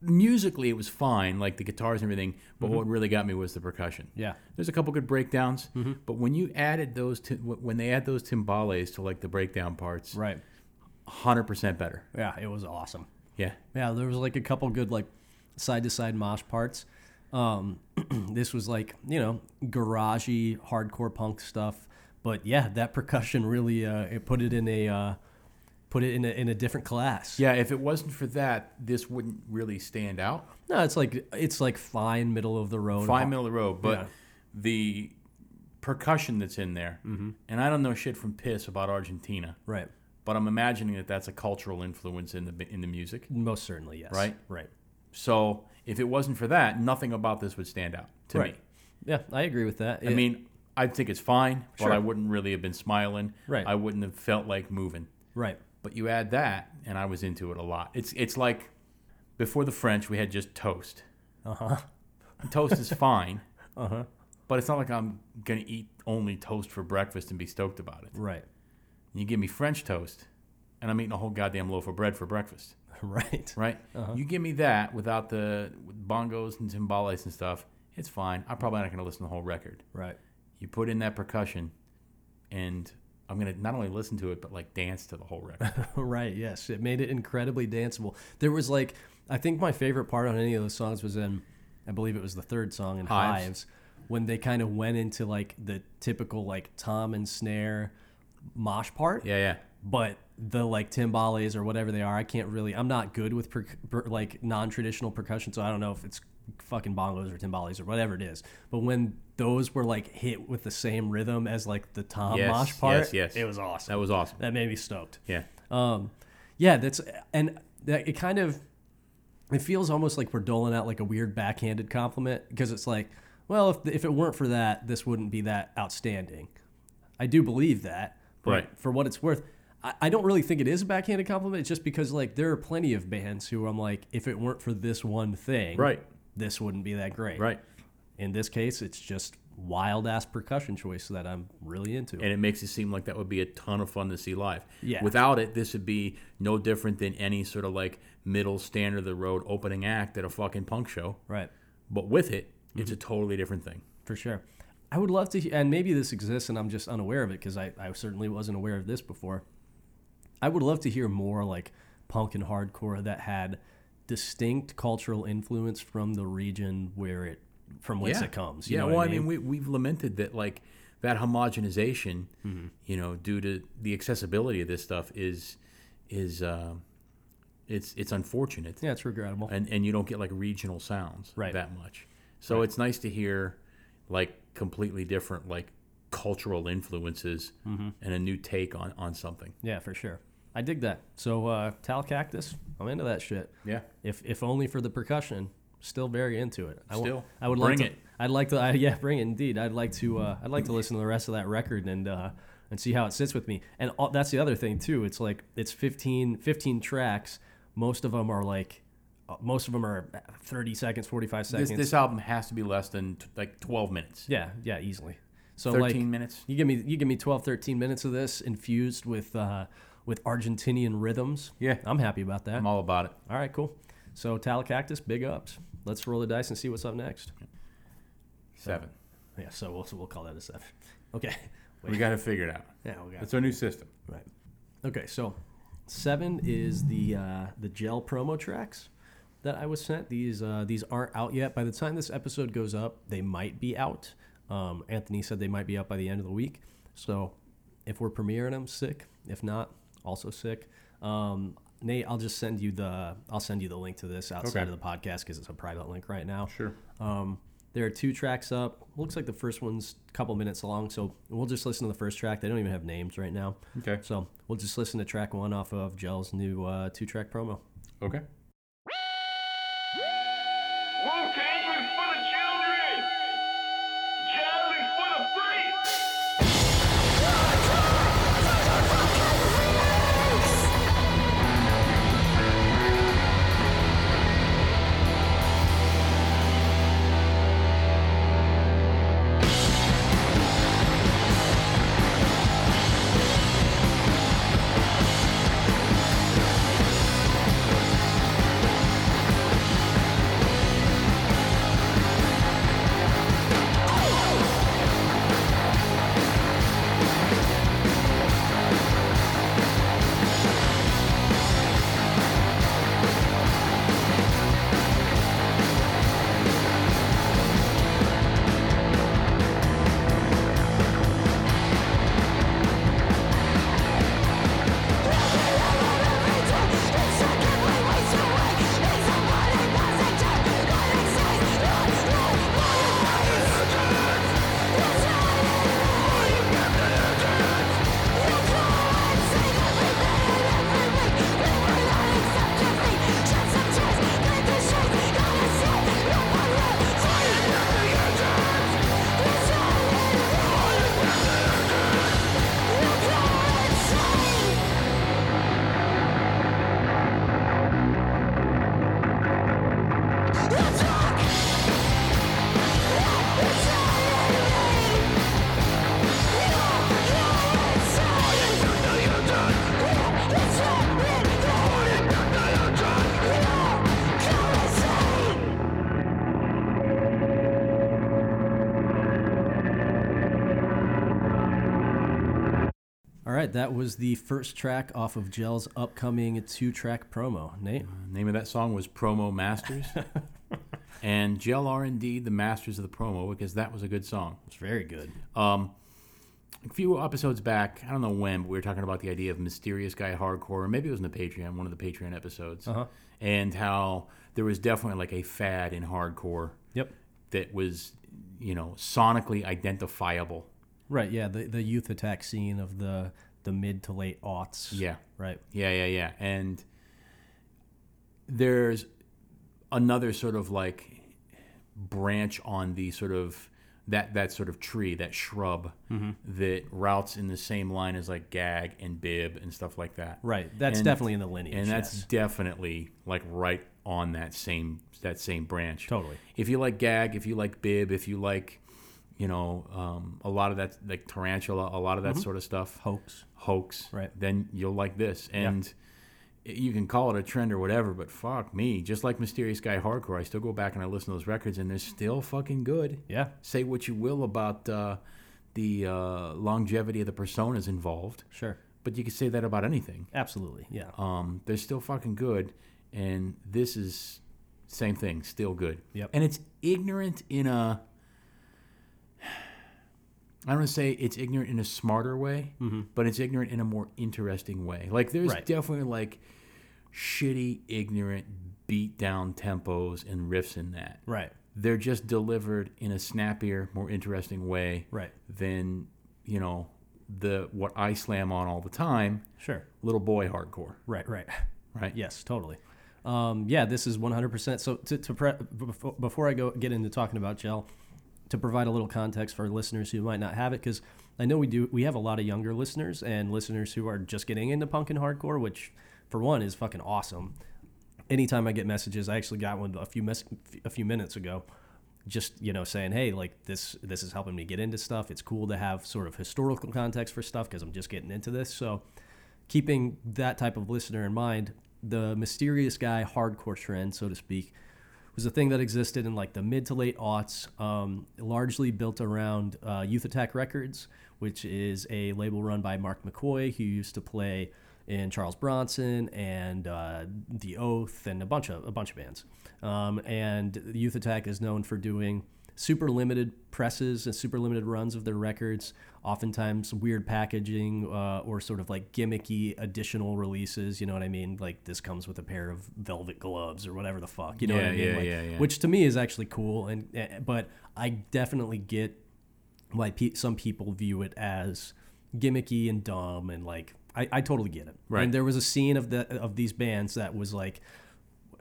[SPEAKER 2] musically it was fine, like the guitars and everything, but what really got me was the percussion.
[SPEAKER 3] Mm-hmm. Yeah. Mm-hmm.
[SPEAKER 2] There's a couple good breakdowns, but when you added those, ti- wh- when they add those timbales to like the breakdown parts,
[SPEAKER 3] Right.
[SPEAKER 2] hundred percent better.
[SPEAKER 3] Yeah, it was awesome.
[SPEAKER 2] Yeah,
[SPEAKER 3] Yeah, there was like a couple good like side to side mosh parts. Um, this was like you know garagey hardcore punk stuff, but yeah, that percussion really uh, it put it in a uh, put it in a, in a different class.
[SPEAKER 2] yeah. If it wasn't for that, this wouldn't really stand out.
[SPEAKER 3] no, it's like it's like fine middle of the road.
[SPEAKER 2] Five middle of the road, but
[SPEAKER 3] Yeah.
[SPEAKER 2] the percussion that's in there,
[SPEAKER 3] Mm-hmm.
[SPEAKER 2] and I don't know shit from piss about Argentina,
[SPEAKER 3] right?
[SPEAKER 2] but I'm imagining that that's a cultural influence in the in the music.
[SPEAKER 3] Most certainly, yes.
[SPEAKER 2] Right?
[SPEAKER 3] right,
[SPEAKER 2] So if it wasn't for that, nothing about this would stand out to
[SPEAKER 3] right.
[SPEAKER 2] me.
[SPEAKER 3] Yeah, I agree with that.
[SPEAKER 2] I mean, I think it's fine,
[SPEAKER 3] Sure.
[SPEAKER 2] but I wouldn't really have been smiling.
[SPEAKER 3] Right.
[SPEAKER 2] I wouldn't have felt like moving.
[SPEAKER 3] right,
[SPEAKER 2] But you add that, and I was into it a lot. It's it's like before the French, we had just toast.
[SPEAKER 3] Uh-huh.
[SPEAKER 2] Uh huh. Toast is fine. uh huh. But it's not like I'm gonna eat only toast for breakfast and be stoked about it.
[SPEAKER 3] right,
[SPEAKER 2] You give me French toast, and I'm eating a whole goddamn loaf of bread for breakfast,
[SPEAKER 3] right,
[SPEAKER 2] right?
[SPEAKER 3] Uh-huh.
[SPEAKER 2] You give me that without the with bongos and timbales and stuff. It's fine. I'm probably not gonna listen to the whole record.
[SPEAKER 3] right.
[SPEAKER 2] You put in that percussion, and I'm gonna not only listen to it but like dance to the whole record.
[SPEAKER 3] Right. Yes, it made it incredibly danceable. There was like, I think my favorite part on any of those songs was in, I believe it was the third song in Hives,
[SPEAKER 2] Hives.
[SPEAKER 3] when they kind of went into like the typical like tom and snare mosh part.
[SPEAKER 2] yeah, yeah.
[SPEAKER 3] But the like timbales or whatever they are, I can't really. I'm not good with per, per, like non-traditional percussion, so I don't know if it's fucking bongos or timbales or whatever it is. But when those were like hit with the same rhythm as like the tom
[SPEAKER 2] Yes,
[SPEAKER 3] mosh part,
[SPEAKER 2] yes, yes.
[SPEAKER 3] it was awesome.
[SPEAKER 2] That was awesome.
[SPEAKER 3] that made me stoked.
[SPEAKER 2] Yeah.
[SPEAKER 3] Um, yeah, that's and that it kind of it feels almost like we're doling out like a weird backhanded compliment because it's like, well, if if it weren't for that, this wouldn't be that outstanding. I do believe that, but
[SPEAKER 2] Right.
[SPEAKER 3] for what it's worth, I, I don't really think it is a backhanded compliment. It's just because like there are plenty of bands who I'm like, if it weren't for this one thing,
[SPEAKER 2] Right.
[SPEAKER 3] this wouldn't be that great.
[SPEAKER 2] Right.
[SPEAKER 3] In this case, it's just wild ass percussion choice that I'm really into.
[SPEAKER 2] And it makes it seem like that would be a ton of fun to see live.
[SPEAKER 3] Yeah.
[SPEAKER 2] Without it, this would be no different than any sort of like middle standard of the road opening act at a fucking punk show.
[SPEAKER 3] right.
[SPEAKER 2] But with it,
[SPEAKER 3] Mm-hmm.
[SPEAKER 2] it's a totally different thing.
[SPEAKER 3] For sure. I would love to, he- and maybe this exists and I'm just unaware of it because I, I certainly wasn't aware of this before. I would love to hear more like punk and hardcore that had distinct cultural influence from the region where it, from whence it comes. You
[SPEAKER 2] yeah.
[SPEAKER 3] know
[SPEAKER 2] well,
[SPEAKER 3] what I mean,
[SPEAKER 2] we, we've lamented that like that homogenization,
[SPEAKER 3] Mm-hmm.
[SPEAKER 2] you know, due to the accessibility of this stuff is is uh, it's it's unfortunate.
[SPEAKER 3] yeah, it's regrettable.
[SPEAKER 2] and and you don't get like regional sounds
[SPEAKER 3] Right.
[SPEAKER 2] that much. So it's nice to hear like completely different like cultural influences
[SPEAKER 3] Mm-hmm.
[SPEAKER 2] and a new take on on something.
[SPEAKER 3] yeah, for sure. I dig that. So, uh, Tal Cactus, I'm into that shit.
[SPEAKER 2] Yeah.
[SPEAKER 3] If, if only for the percussion, still very into it. I wa-
[SPEAKER 2] Still.
[SPEAKER 3] I would
[SPEAKER 2] Bring
[SPEAKER 3] like to,
[SPEAKER 2] it.
[SPEAKER 3] I'd like to, I, yeah, bring it indeed. I'd like to, uh, I'd like to listen to the rest of that record and uh, and see how it sits with me. And all, that's the other thing too. It's like it's 15, 15 tracks. Most of them are like, uh, most of them are thirty seconds, forty five
[SPEAKER 2] This,
[SPEAKER 3] seconds.
[SPEAKER 2] this album has to be less than t- like 12 minutes.
[SPEAKER 3] yeah, yeah, easily. So
[SPEAKER 2] 13
[SPEAKER 3] like,
[SPEAKER 2] minutes.
[SPEAKER 3] you give me you give me 12, 13 minutes of this infused with uh, with Argentinian rhythms.
[SPEAKER 2] Yeah.
[SPEAKER 3] I'm happy about that.
[SPEAKER 2] I'm all about it.
[SPEAKER 3] All right, cool. So Talacactus, big ups. Let's roll the dice and see what's up next.
[SPEAKER 2] 7.
[SPEAKER 3] Yeah, so we'll, so we'll call that a seven. Okay.
[SPEAKER 2] We got to figure it out.
[SPEAKER 3] Yeah, we got
[SPEAKER 5] That's our new system.
[SPEAKER 3] right. Okay, so seven is the uh, the gel promo tracks that I was sent. These uh, these aren't out yet. By the time this episode goes up, they might be out. Um, Anthony said they might be out by the end of the week. So if we're premiering them, sick. If not, also sick. Um, Nate, I'll just send you the I'll send you the link to this outside
[SPEAKER 5] Okay.
[SPEAKER 3] of the podcast because it's a private link right now.
[SPEAKER 5] Sure.
[SPEAKER 3] Um, there are two tracks up. Looks like the first one's a couple minutes long, so we'll just listen to the first track. They don't even have names right now.
[SPEAKER 5] Okay.
[SPEAKER 3] So we'll just listen to track one off of Gel's new uh, two track promo.
[SPEAKER 5] Okay.
[SPEAKER 3] right, that was the first track off of Gel's upcoming two-track promo. Nate,
[SPEAKER 2] name of that song was Promo Masters. and Gel are indeed the masters of the promo because that was a good song.
[SPEAKER 3] it's very good.
[SPEAKER 2] A few episodes back, I don't know when, but we were talking about the idea of mysterious guy hardcore, or maybe it was in the Patreon, one of the Patreon episodes, and how there was definitely like a fad in hardcore
[SPEAKER 3] Yep.
[SPEAKER 2] that was, you know, sonically identifiable.
[SPEAKER 3] Right. Yeah. The the youth attack scene of the the mid to late aughts.
[SPEAKER 2] Yeah.
[SPEAKER 3] Right.
[SPEAKER 2] Yeah, yeah, yeah. And there's another sort of like branch on the sort of that that sort of tree, that shrub
[SPEAKER 3] Mm-hmm.
[SPEAKER 2] that routes in the same line as like gag and bib and stuff like that.
[SPEAKER 3] Right. That's
[SPEAKER 2] And-
[SPEAKER 3] definitely in the lineage.
[SPEAKER 2] And that's
[SPEAKER 3] yes.
[SPEAKER 2] definitely like right on that same that same branch.
[SPEAKER 3] Totally.
[SPEAKER 2] If you like gag, if you like bib, if you like you know um, a lot of that like tarantula, a lot of that sort of stuff
[SPEAKER 3] Mm-hmm. hoax.
[SPEAKER 2] hoax,
[SPEAKER 3] Right.
[SPEAKER 2] then you'll like this. And i you can call it a trend or whatever, but fuck me. Just like Mysterious Guy Hardcore, I still go back and I listen to those records, and they're still fucking good.
[SPEAKER 3] Yeah.
[SPEAKER 2] Say what you will about uh, the uh, longevity of the personas involved,
[SPEAKER 3] Sure.
[SPEAKER 2] but you could say that about anything.
[SPEAKER 3] Absolutely. Yeah.
[SPEAKER 2] Um, they're still fucking good, and this is same thing, still good.
[SPEAKER 3] Yep.
[SPEAKER 2] And it's ignorant in a. I don't want to say it's ignorant in a smarter way, but it's ignorant in a more interesting way. Like there's
[SPEAKER 3] Mm-hmm. Right.
[SPEAKER 2] definitely like shitty, ignorant, beat down tempos and riffs in that.
[SPEAKER 3] right.
[SPEAKER 2] They're just delivered in a snappier, more interesting way
[SPEAKER 3] Right.
[SPEAKER 2] than you know the what I slam on all the time,
[SPEAKER 3] Sure.
[SPEAKER 2] little boy hardcore,
[SPEAKER 3] Right. Right.
[SPEAKER 2] right?
[SPEAKER 3] Yes, totally. Um, yeah, this is 100%. So to, to pre- before, before I go get into talking about gel, to provide a little context for listeners who might not have it, because I know we do we have a lot of younger listeners and listeners who are just getting into punk and hardcore, which for one is fucking awesome. Anytime I get messages, I actually got one a few mes- a few minutes ago, just you know saying, hey, like this this is helping me get into stuff. It's cool to have sort of historical context for stuff because I'm just getting into this. So keeping that type of listener in mind, the mysterious guy hardcore trend, so to speak, was a thing that existed in like the mid to late aughts, um, largely built around uh, Youth Attack Records, which is a label run by Mark McCoy, who used to play in Charles Bronson and uh, The Oath and a bunch of a bunch of bands. Um, and Youth Attack is known for doing super limited presses and super limited runs of their records, oftentimes weird packaging uh, or sort of like gimmicky additional releases. You know what I mean? Like this comes with a pair of velvet gloves or whatever the fuck. You know what I
[SPEAKER 2] Yeah,
[SPEAKER 3] mean?
[SPEAKER 2] yeah,
[SPEAKER 3] Like,
[SPEAKER 2] yeah, yeah.
[SPEAKER 3] Which to me is actually cool. And eh, but I definitely get why pe- some people view it as gimmicky and dumb and like I, I totally get it.
[SPEAKER 2] Right.
[SPEAKER 3] And there was a scene of the of these bands that was like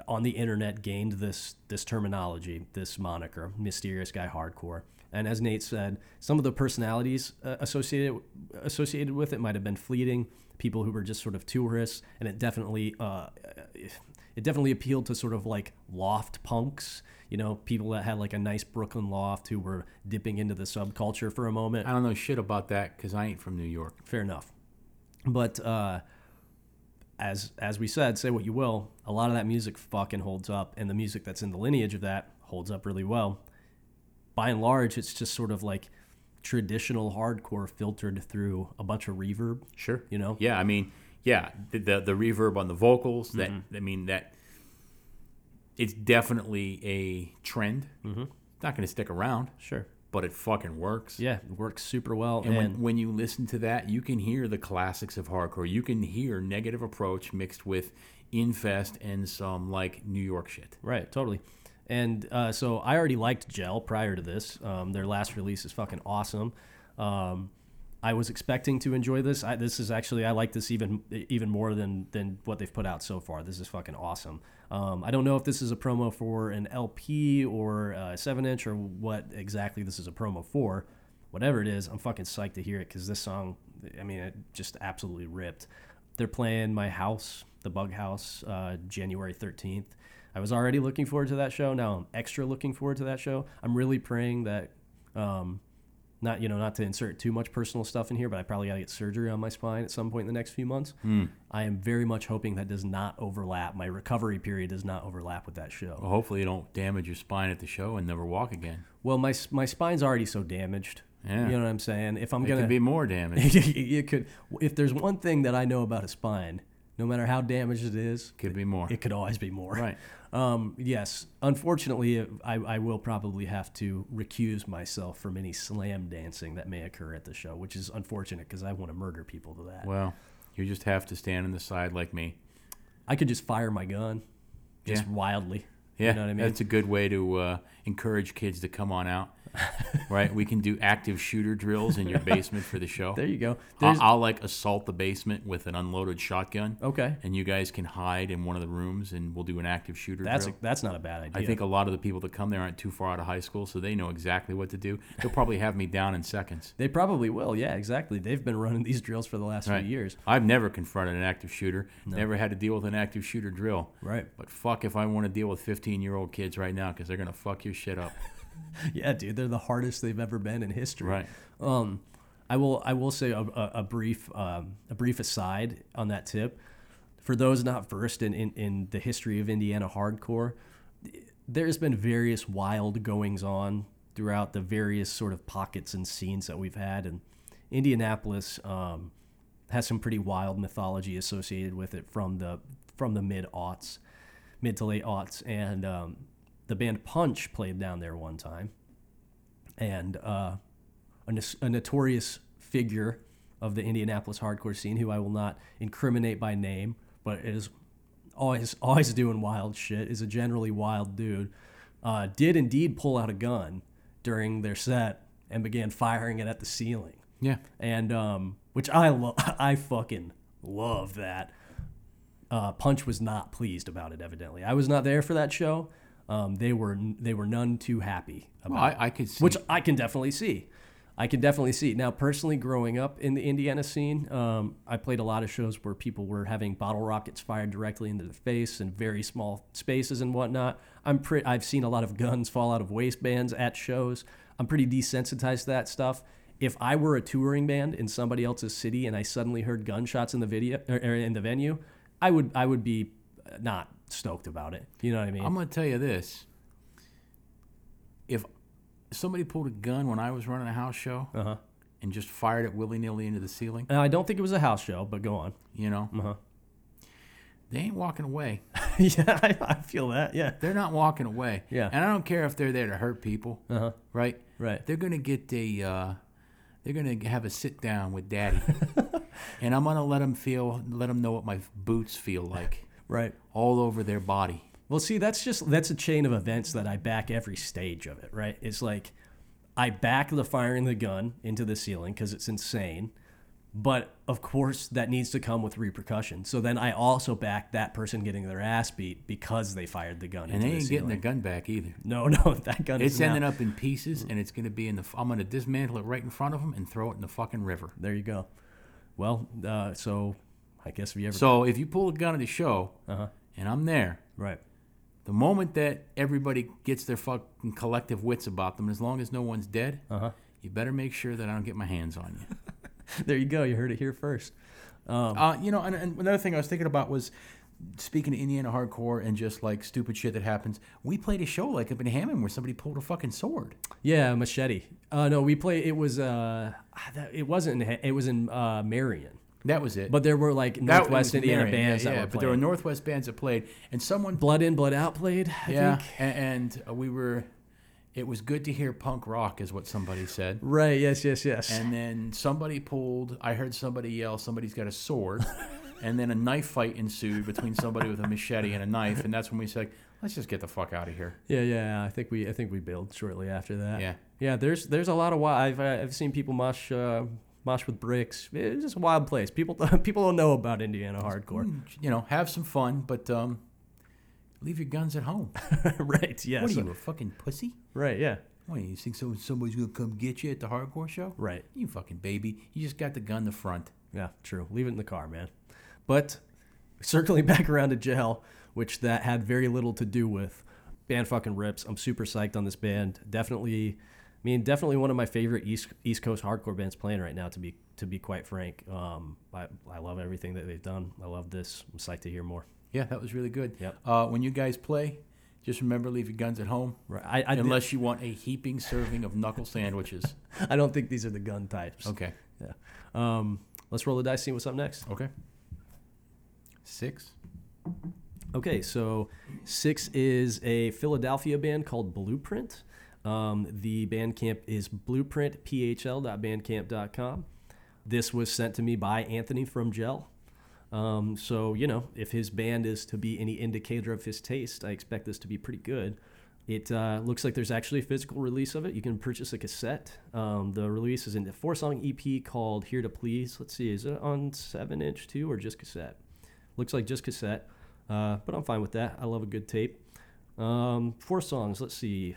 [SPEAKER 3] on the internet gained this this terminology, this moniker, mysterious guy hardcore. And as Nate said, some of the personalities uh, associated associated with it might have been fleeting, people who were just sort of tourists, and it definitely uh, it definitely appealed to sort of like loft punks, you know, people that had like a nice Brooklyn loft who were dipping into the subculture for a moment.
[SPEAKER 2] I don't know shit about that because I ain't from New York.
[SPEAKER 3] Fair enough. But uh, as as we said, say what you will, a lot of that music fucking holds up, and the music that's in the lineage of that holds up really well. By and large, it's just sort of like traditional hardcore filtered through a bunch of reverb.
[SPEAKER 2] Sure.
[SPEAKER 3] You know?
[SPEAKER 2] Yeah, I mean, yeah, the the, the reverb on the vocals. That I mean that it's definitely a trend. Mm-hmm. It's not going to stick around,
[SPEAKER 3] Sure.
[SPEAKER 2] but it fucking works.
[SPEAKER 3] Yeah, it works super well.
[SPEAKER 2] And when, when you listen to that, you can hear the classics of hardcore. You can hear Negative Approach mixed with Infest and some like New York shit.
[SPEAKER 3] Right, totally. And uh, so I already liked Gel prior to this. Um, their last release is fucking awesome. Um, I was expecting to enjoy this. I, this is actually I like this even even more than than what they've put out so far. This is fucking awesome. Um, I don't know if this is a promo for an LP or a seven inch or what exactly this is a promo for. Whatever it is, I'm fucking psyched to hear it because this song, I mean, it just absolutely ripped. They're playing my house, the Bug House, uh, January 13th. I was already looking forward to that show. Now I'm extra looking forward to that show. I'm really praying that, um, not you know, not to insert too much personal stuff in here, but I probably got to get surgery on my spine at some point in the next few months.
[SPEAKER 2] Hmm.
[SPEAKER 3] I am very much hoping that does not overlap. My recovery period does not overlap with that
[SPEAKER 2] Oh.
[SPEAKER 3] show.
[SPEAKER 2] Well, hopefully, you don't damage your spine at the show and never walk again.
[SPEAKER 3] Well, my s- my spine's already so damaged
[SPEAKER 2] Yeah.
[SPEAKER 3] You know what I'm saying? If I'm
[SPEAKER 2] it
[SPEAKER 3] gonna
[SPEAKER 2] could be more damage.
[SPEAKER 3] you could if there's one thing that I know about a spine, no matter how damaged it is,
[SPEAKER 2] could be more.
[SPEAKER 3] it could always be more.
[SPEAKER 2] Right.
[SPEAKER 3] Um, yes. Unfortunately, I, I will probably have to recuse myself from any slam dancing that may occur at the show, which is unfortunate because I want to murder people to that.
[SPEAKER 2] Well, you just have to stand on the side like me.
[SPEAKER 3] I could just fire my gun, just
[SPEAKER 2] Yeah.
[SPEAKER 3] wildly.
[SPEAKER 2] Yeah,
[SPEAKER 3] You know what I mean?
[SPEAKER 2] that's a good way to uh, encourage kids to come on out. right? We can do active shooter drills in your basement for the show.
[SPEAKER 3] there you go. There's-
[SPEAKER 2] I'll, I'll like assault the basement with an unloaded shotgun.
[SPEAKER 3] okay.
[SPEAKER 2] And you guys can hide in one of the rooms, and we'll do an active shooter
[SPEAKER 3] That's
[SPEAKER 2] drill.
[SPEAKER 3] that's not a bad idea.
[SPEAKER 2] I think a lot of the people that come there aren't too far out of high school, so they know exactly what to do. They'll probably have me down in seconds.
[SPEAKER 3] they probably will. Yeah, exactly. They've been running these drills for the last
[SPEAKER 2] Right.
[SPEAKER 3] few years.
[SPEAKER 2] I've never confronted an active shooter. Never had to deal with an active shooter drill.
[SPEAKER 3] Right.
[SPEAKER 2] But fuck if I want to deal with 15 year old kids right now because they're going to fuck your shit up.
[SPEAKER 3] Yeah, dude, they're the hardest they've ever been in history.
[SPEAKER 2] Right.
[SPEAKER 3] Um, I will. I will say a, a, a brief, um, a brief aside on that tip. For those not versed in, in, in the history of Indiana hardcore, there has been various wild goings on throughout the various sort of pockets and scenes that we've had, and Indianapolis um, has some pretty wild mythology associated with it from the from the mid aughts, mid to late aughts, and um, the band Punch played down there one time, and uh, a, nos- a notorious figure of the Indianapolis hardcore scene who I will not incriminate by name, but is always always doing wild shit. Is a generally wild dude. Uh, did indeed pull out a gun during their set and began firing it at the ceiling,
[SPEAKER 2] Yeah.
[SPEAKER 3] and um, which I love. I fucking love that. Uh, Punch was not pleased about it. Evidently, I was not there for that show. Um, they were they were none too happy about
[SPEAKER 2] Well, I, I could see.
[SPEAKER 3] which I can definitely see. I can definitely see. Now, personally, growing up in the Indiana scene, um, I played a lot of shows where people were having bottle rockets fired directly into their face in very small spaces and whatnot. I'm pre- I've seen a lot of guns fall out of waistbands at shows. I'm pretty desensitized to that stuff. If I were a touring band in somebody else's city and I suddenly heard gunshots in the video or, or in the venue, I would I would be uh, not stoked about it. You know what I mean?
[SPEAKER 2] I'm going to tell you this. If somebody pulled a gun when I was running a house show
[SPEAKER 3] Uh-huh.
[SPEAKER 2] and just fired it willy nilly into the ceiling,
[SPEAKER 3] now, I don't think it was a house show, but go on.
[SPEAKER 2] you know,
[SPEAKER 3] Uh-huh.
[SPEAKER 2] they ain't walking away.
[SPEAKER 3] yeah, I, I feel that. Yeah.
[SPEAKER 2] They're not walking away.
[SPEAKER 3] Yeah.
[SPEAKER 2] And I don't care if they're there to hurt people, uh-huh. right?
[SPEAKER 3] Right.
[SPEAKER 2] They're going to get a, uh, they're going to have a sit down with daddy. and I'm going to let them feel, let them know what my boots feel like
[SPEAKER 3] Right.
[SPEAKER 2] all over their body.
[SPEAKER 3] Well, see, that's just that's a chain of events that I back every stage of it. Right. It's like I back the firing the gun into the ceiling because it's insane. But of course, that needs to come with repercussion. So then I also back that person getting their ass beat because they fired the gun.
[SPEAKER 2] And
[SPEAKER 3] into
[SPEAKER 2] they
[SPEAKER 3] the
[SPEAKER 2] ain't getting
[SPEAKER 3] ceiling.
[SPEAKER 2] their gun back either.
[SPEAKER 3] No, no, that gun
[SPEAKER 2] It's
[SPEAKER 3] is now-
[SPEAKER 2] ending up in pieces, and it's going to be in the. I'm going to dismantle it right in front of them and throw it in the fucking river.
[SPEAKER 3] There you go. Well, uh, so I guess if you ever
[SPEAKER 2] So if you pull a gun at a show,
[SPEAKER 3] Uh-huh.
[SPEAKER 2] and I'm there,
[SPEAKER 3] right.
[SPEAKER 2] the moment that everybody gets their fucking collective wits about them, as long as no one's dead,
[SPEAKER 3] Uh-huh.
[SPEAKER 2] you better make sure that I don't get my hands on you.
[SPEAKER 3] There you go. You heard it here first. Um.
[SPEAKER 2] Uh, you know, and, and another thing I was thinking about was speaking to Indiana hardcore and just like stupid shit that happens. We played a show like up in Hammond where somebody pulled a fucking sword.
[SPEAKER 3] Yeah, machete. Uh, no, we play. It was uh, ah, that- it wasn't. in Ha- It was in uh, Marion,
[SPEAKER 2] That was it.
[SPEAKER 3] but there were like
[SPEAKER 2] That
[SPEAKER 3] Northwest
[SPEAKER 2] was
[SPEAKER 3] Indiana
[SPEAKER 2] Marion,
[SPEAKER 3] bands
[SPEAKER 2] yeah,
[SPEAKER 3] that
[SPEAKER 2] yeah,
[SPEAKER 3] were
[SPEAKER 2] but there were
[SPEAKER 3] playing.
[SPEAKER 2] Northwest bands that played, and someone
[SPEAKER 3] Blood in, blood out played. I
[SPEAKER 2] yeah,
[SPEAKER 3] think.
[SPEAKER 2] a- and, uh, we were. It was good to hear punk rock, is what somebody said.
[SPEAKER 3] Right. Yes. Yes. Yes.
[SPEAKER 2] And then somebody pulled. I heard somebody yell, "Somebody's got a sword," and then a knife fight ensued between somebody with a machete and a knife. And that's when we said, "Let's just get the fuck out of here."
[SPEAKER 3] yeah. Yeah. I think we. I think we bailed shortly after that.
[SPEAKER 2] Yeah.
[SPEAKER 3] Yeah. There's there's a lot of wild. I've uh, I've seen people mosh uh, mosh with bricks. It's just a wild place. People people don't know about Indiana hardcore.
[SPEAKER 2] You know, have some fun, but um, leave your guns at home.
[SPEAKER 3] right. Yes.
[SPEAKER 2] What are you, a fucking pussy?
[SPEAKER 3] Right. Yeah.
[SPEAKER 2] What you think? So somebody's gonna come get you at the hardcore show?
[SPEAKER 3] Right.
[SPEAKER 2] You fucking baby. You just got the gun to front.
[SPEAKER 3] Yeah, true. Leave it in the car, man. But circling back around to jail, which that had very little to do with. Band fucking rips. I'm super psyched on this band. Definitely, I mean, definitely one of my favorite East East Coast hardcore bands playing right now. To be to be quite frank, um, I I love everything that they've done. I love this. I'm psyched to hear more.
[SPEAKER 2] Yeah, that was really good.
[SPEAKER 3] Yep.
[SPEAKER 2] Uh, when you guys play, Just remember, leave your guns at home.
[SPEAKER 3] Right. I, I,
[SPEAKER 2] Unless you want a heaping serving of knuckle sandwiches.
[SPEAKER 3] I don't think these are the gun types.
[SPEAKER 2] Okay.
[SPEAKER 3] Yeah. Um, let's roll the dice. See what's up next.
[SPEAKER 2] Okay. Six.
[SPEAKER 3] Okay, so six is a Philadelphia band called Blueprint. Um, the Bandcamp is blueprintphl.bandcamp.com. This was sent to me by Anthony from Gel. Um, so, you know, if his band is to be any indicator of his taste, I expect this to be pretty good. It uh, looks like there's actually a physical release of it. You can purchase a cassette. Um, the release is in a four song EP called Here to Please. Let's see, is it on 7 inch too or just cassette? Looks like just cassette, uh, but I'm fine with that. I love a good tape. Um, four songs, let's see.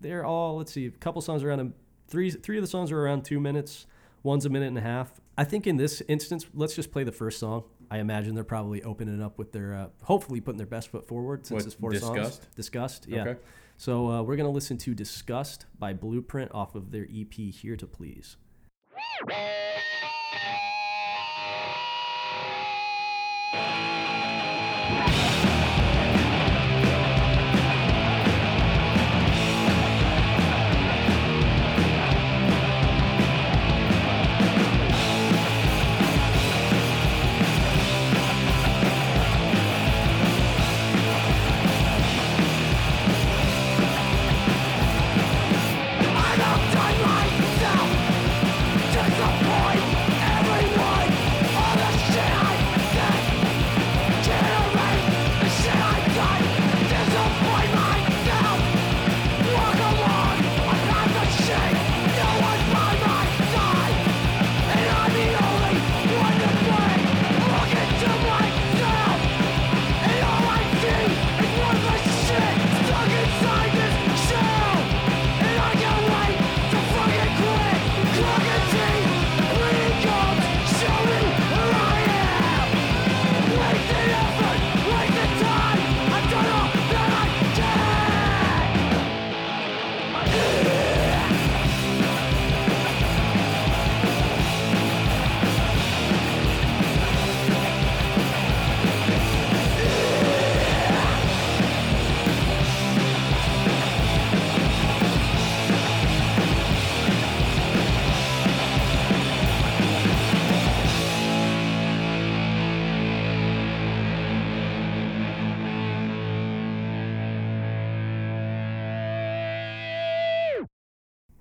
[SPEAKER 3] They're all, let's see, a couple songs around, a, three, three of the songs are around two minutes, one's a minute and a half. I think in this instance, let's just play the first song. I imagine they're probably opening up with their, uh, hopefully putting their best foot forward since
[SPEAKER 2] What,
[SPEAKER 3] it's four songs.
[SPEAKER 2] Disgust?
[SPEAKER 3] Disgust, yeah.
[SPEAKER 2] Okay.
[SPEAKER 3] So uh, we're going to listen to Disgust by Blueprint off of their EP Here to Please.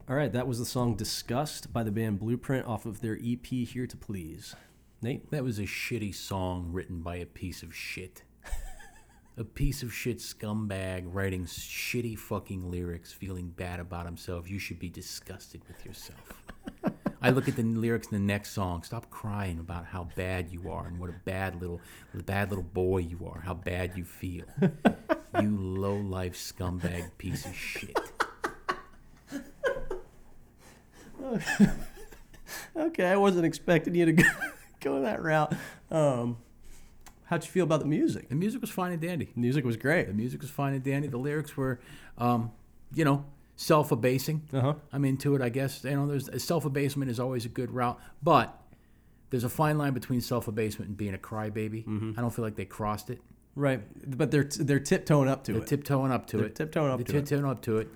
[SPEAKER 3] All right, that was the song Disgust by the band Blueprint off of their EP Here to Please. Nate?
[SPEAKER 2] That was a shitty song written by a piece of shit. a piece of shit scumbag writing shitty fucking lyrics, feeling bad about himself. You should be disgusted with yourself. I look at the lyrics in the next song. Stop crying about how bad you are and what a bad little, bad little boy you are. How bad you feel. you low life scumbag piece of shit.
[SPEAKER 3] Okay, I wasn't expecting you to go, go that route. Um, how'd you feel about the music?
[SPEAKER 2] The music was fine and dandy.
[SPEAKER 3] The music was great.
[SPEAKER 2] The music was fine and dandy. The lyrics were, um, you know, self-abasing.
[SPEAKER 3] Uh-huh.
[SPEAKER 2] I'm into it, I guess. You know, there's self-abasement is always a good route, but there's a fine line between self-abasement and being a crybaby.
[SPEAKER 3] Mm-hmm.
[SPEAKER 2] I don't feel like they crossed it.
[SPEAKER 3] Right, but they're, they're tiptoeing up to
[SPEAKER 2] They're
[SPEAKER 3] it.
[SPEAKER 2] tiptoeing up to
[SPEAKER 3] They're
[SPEAKER 2] it.
[SPEAKER 3] tiptoeing up
[SPEAKER 2] They're
[SPEAKER 3] to it.
[SPEAKER 2] tiptoeing up to it.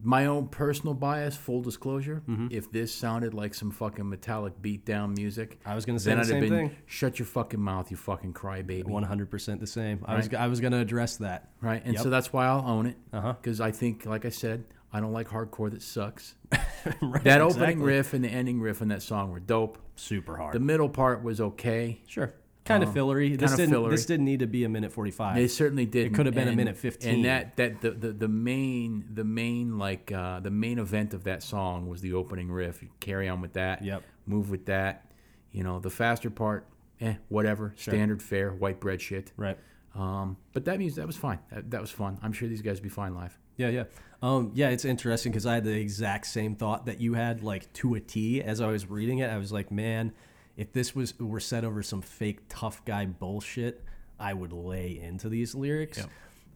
[SPEAKER 2] My own personal bias, full disclosure,
[SPEAKER 3] Mm-hmm.
[SPEAKER 2] if this sounded like some fucking metallic beatdown music,
[SPEAKER 3] I was gonna say
[SPEAKER 2] then
[SPEAKER 3] the
[SPEAKER 2] I'd
[SPEAKER 3] same
[SPEAKER 2] have been
[SPEAKER 3] thing.
[SPEAKER 2] shut your fucking mouth, you fucking crybaby.
[SPEAKER 3] 100% the same. I was, I was going to address that.
[SPEAKER 2] right? And so
[SPEAKER 3] Yep.
[SPEAKER 2] that's why I'll own it
[SPEAKER 3] Uh-huh.
[SPEAKER 2] because I think, like I said, I don't like hardcore that sucks.
[SPEAKER 3] Right,
[SPEAKER 2] That opening
[SPEAKER 3] exactly.
[SPEAKER 2] riff and the ending riff on that song were dope.
[SPEAKER 3] Super hard.
[SPEAKER 2] The middle part was okay.
[SPEAKER 3] sure. Kind of fillery. This
[SPEAKER 2] kinda
[SPEAKER 3] didn't,
[SPEAKER 2] fillery.
[SPEAKER 3] This didn't need to be a minute 45.
[SPEAKER 2] They certainly did.
[SPEAKER 3] could have been a minute 15.
[SPEAKER 2] And that that the, the, the main the main like uh, the main event of that song was the opening riff. You carry on with that.
[SPEAKER 3] Yep.
[SPEAKER 2] Move with that. You know the faster part. Eh, whatever. Standard fare, white bread shit.
[SPEAKER 3] right.
[SPEAKER 2] Um, but that means that was fine. That, that was fun. I'm sure these guys would be fine live.
[SPEAKER 3] Yeah, yeah. Um, yeah, it's interesting because I had the exact same thought that you had, like to a T, as I was reading it. I was like, man, if this was were set over some fake tough guy bullshit, I would lay into these lyrics.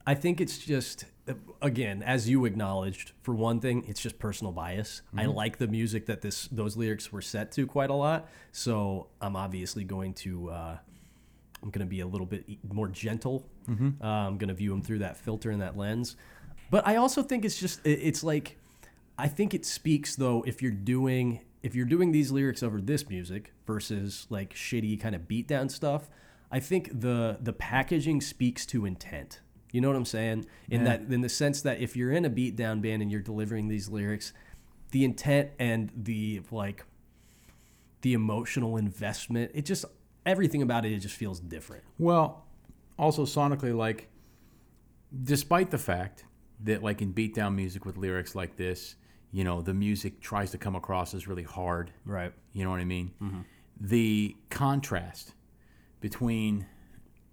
[SPEAKER 3] I think it's just, uh, again, as you acknowledged, for one thing, it's just personal bias. I like the music that this those lyrics were set to quite a lot, so I'm obviously going to. Uh, I'm going to be a little bit e- more gentle. Uh, I'm going to view them through that filter and that lens. But I also think it's just it, it's like I think it speaks though if you're doing if you're doing these lyrics over this music versus like shitty kind of beatdown stuff. I think the the packaging speaks to intent. You know what I'm saying? In that in the sense that if you're in a beatdown band and you're delivering these lyrics, the intent and the like the emotional investment. It just everything about it, it just feels different.
[SPEAKER 2] Well, also sonically, like, despite the fact that, like, in beatdown music with lyrics like this, you know, the music tries to come across as really hard.
[SPEAKER 3] Right. Mm-hmm.
[SPEAKER 2] You know what I mean? The contrast between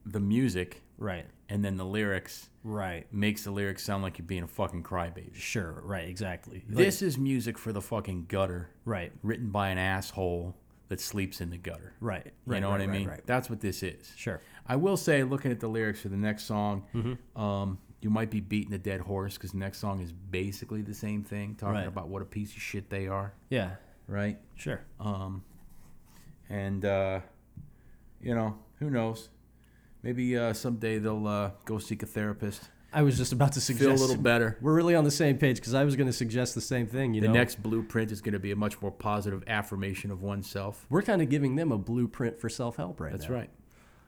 [SPEAKER 2] the music
[SPEAKER 3] Right.
[SPEAKER 2] and then the lyrics
[SPEAKER 3] Right.
[SPEAKER 2] makes the lyrics sound like you're being a fucking crybaby.
[SPEAKER 3] Sure. Right. Exactly. Like-
[SPEAKER 2] This is music for the fucking gutter,
[SPEAKER 3] Right.
[SPEAKER 2] written by an asshole that sleeps in the gutter.
[SPEAKER 3] Right. right
[SPEAKER 2] You know
[SPEAKER 3] right,
[SPEAKER 2] what I
[SPEAKER 3] right,
[SPEAKER 2] mean?
[SPEAKER 3] Right.
[SPEAKER 2] That's what this is.
[SPEAKER 3] Sure.
[SPEAKER 2] I will say, looking at the lyrics for the next song,
[SPEAKER 3] Mm-hmm.
[SPEAKER 2] um, you might be beating a dead horse because the next song is basically the same thing, talking
[SPEAKER 3] Right.
[SPEAKER 2] about what a piece of shit they are,
[SPEAKER 3] Yeah. Uh,
[SPEAKER 2] right?
[SPEAKER 3] Sure.
[SPEAKER 2] And uh, you know, who knows? Maybe uh, someday they'll uh, go seek a therapist,
[SPEAKER 3] I was just about to
[SPEAKER 2] feel
[SPEAKER 3] suggest
[SPEAKER 2] a little better.
[SPEAKER 3] We're really on the same page because I was going to suggest the same thing. You
[SPEAKER 2] The
[SPEAKER 3] know,
[SPEAKER 2] next blueprint is going to be a much more positive affirmation of oneself.
[SPEAKER 3] we're kind of giving them a blueprint for self help right
[SPEAKER 2] That's
[SPEAKER 3] now.
[SPEAKER 2] right.
[SPEAKER 3] Uh,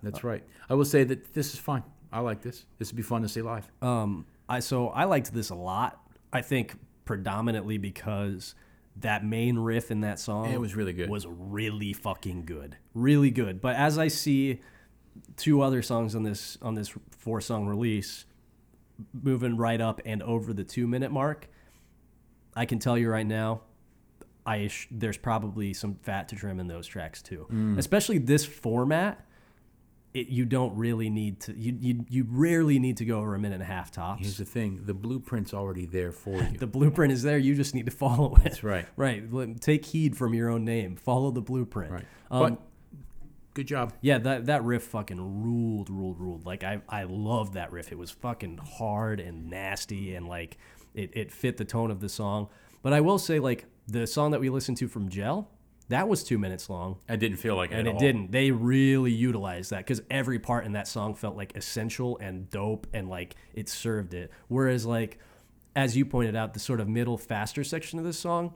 [SPEAKER 2] That's right. I will say that this is fine. I like this. This would be fun to see live.
[SPEAKER 3] Um, I so I liked this a lot. I think predominantly because that main riff in that song
[SPEAKER 2] It was really good.
[SPEAKER 3] Was really fucking good, really good. But as I see two other songs on this on this four song release moving right up and over the two minute mark, I can tell you right now, I sh- there's probably some fat to trim in those tracks too,
[SPEAKER 2] Mm.
[SPEAKER 3] especially this format. It, you don't really need to. You, you you rarely need to go over a minute and a half tops.
[SPEAKER 2] Here's the thing: the blueprint's already there for you.
[SPEAKER 3] The blueprint is there. You just need to follow it.
[SPEAKER 2] That's right.
[SPEAKER 3] Right. Let- Take heed from your own name. Follow the blueprint.
[SPEAKER 2] Right.
[SPEAKER 3] Um,
[SPEAKER 2] but good job.
[SPEAKER 3] yeah, that, that riff fucking ruled, ruled, ruled. Like, I, I loved that riff. It was fucking hard and nasty and, like, it, it fit the tone of the song. But I will say, like, the song that we listened to from Gel, that was two minutes long.
[SPEAKER 2] I didn't feel like
[SPEAKER 3] And it didn't. They really utilized that because every part in that song felt like essential and dope and like it served it. Whereas, like, as you pointed out, the sort of middle faster section of this song,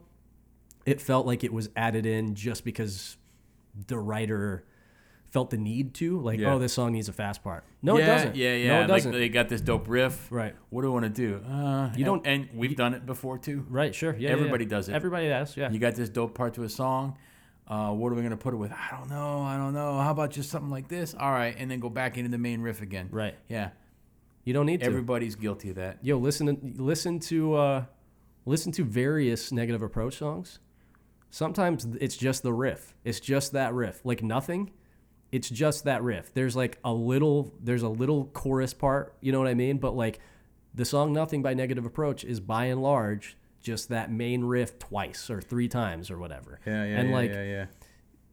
[SPEAKER 3] it felt like it was added in just because the writer felt the need to. Like,
[SPEAKER 2] Yeah.
[SPEAKER 3] oh, this song needs a fast part. No,
[SPEAKER 2] yeah,
[SPEAKER 3] it doesn't.
[SPEAKER 2] Yeah, yeah.
[SPEAKER 3] No, it doesn't.
[SPEAKER 2] Like they got this dope riff.
[SPEAKER 3] Right.
[SPEAKER 2] What do I want to do? Uh, you
[SPEAKER 3] don't-
[SPEAKER 2] And we've done it before too.
[SPEAKER 3] right, sure. Yeah, yeah,
[SPEAKER 2] Everybody
[SPEAKER 3] yeah.
[SPEAKER 2] does it.
[SPEAKER 3] Everybody does, yeah.
[SPEAKER 2] You got this dope part to a song. Uh, what are we gonna put it with? I don't know. I don't know. How about just something like this? All right, and then go back into the main riff again.
[SPEAKER 3] Right.
[SPEAKER 2] Yeah.
[SPEAKER 3] You don't need to.
[SPEAKER 2] Everybody's guilty of that.
[SPEAKER 3] yo listen to listen to uh listen to various negative approach songs sometimes it's just the riff it's just that riff like nothing it's just that riff there's like a little there's a little chorus part you know what i mean but like the song nothing by negative approach is by and large just that main riff twice or three times or whatever and like
[SPEAKER 2] yeah.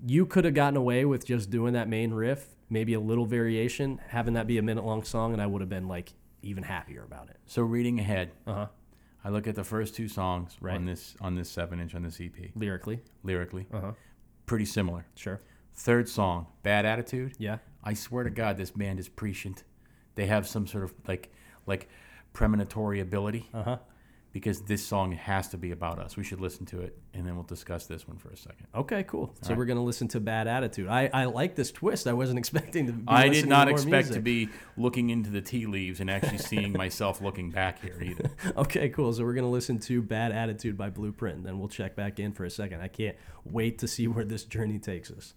[SPEAKER 3] you could have gotten away with just doing that main riff maybe a little variation having that be a minute long song and i would have been like even happier about it
[SPEAKER 2] So reading ahead,
[SPEAKER 3] uh-huh
[SPEAKER 2] I look at the first two songs
[SPEAKER 3] Right.
[SPEAKER 2] on this on this seven inch on this E EP
[SPEAKER 3] lyrically
[SPEAKER 2] lyrically,
[SPEAKER 3] Uh huh.
[SPEAKER 2] pretty similar.
[SPEAKER 3] Sure.
[SPEAKER 2] Third song, Bad Attitude.
[SPEAKER 3] Yeah.
[SPEAKER 2] I swear to God, this band is prescient. They have some sort of like, like premonitory ability. Uh
[SPEAKER 3] Uh-huh.
[SPEAKER 2] huh. Because this song has to be about us. We should listen to it, and then we'll discuss this one for a second.
[SPEAKER 3] Okay. Cool. So we're gonna listen to Bad Attitude. I, I like this twist. I wasn't expecting to. Be
[SPEAKER 2] I
[SPEAKER 3] listening
[SPEAKER 2] did
[SPEAKER 3] to
[SPEAKER 2] not
[SPEAKER 3] more
[SPEAKER 2] expect to
[SPEAKER 3] music.
[SPEAKER 2] be looking into the tea leaves and actually seeing myself looking back here either.
[SPEAKER 3] Okay. Cool. So we're gonna listen to Bad Attitude by Blueprint, and then we'll check back in for a second. I can't wait to see where this journey takes us.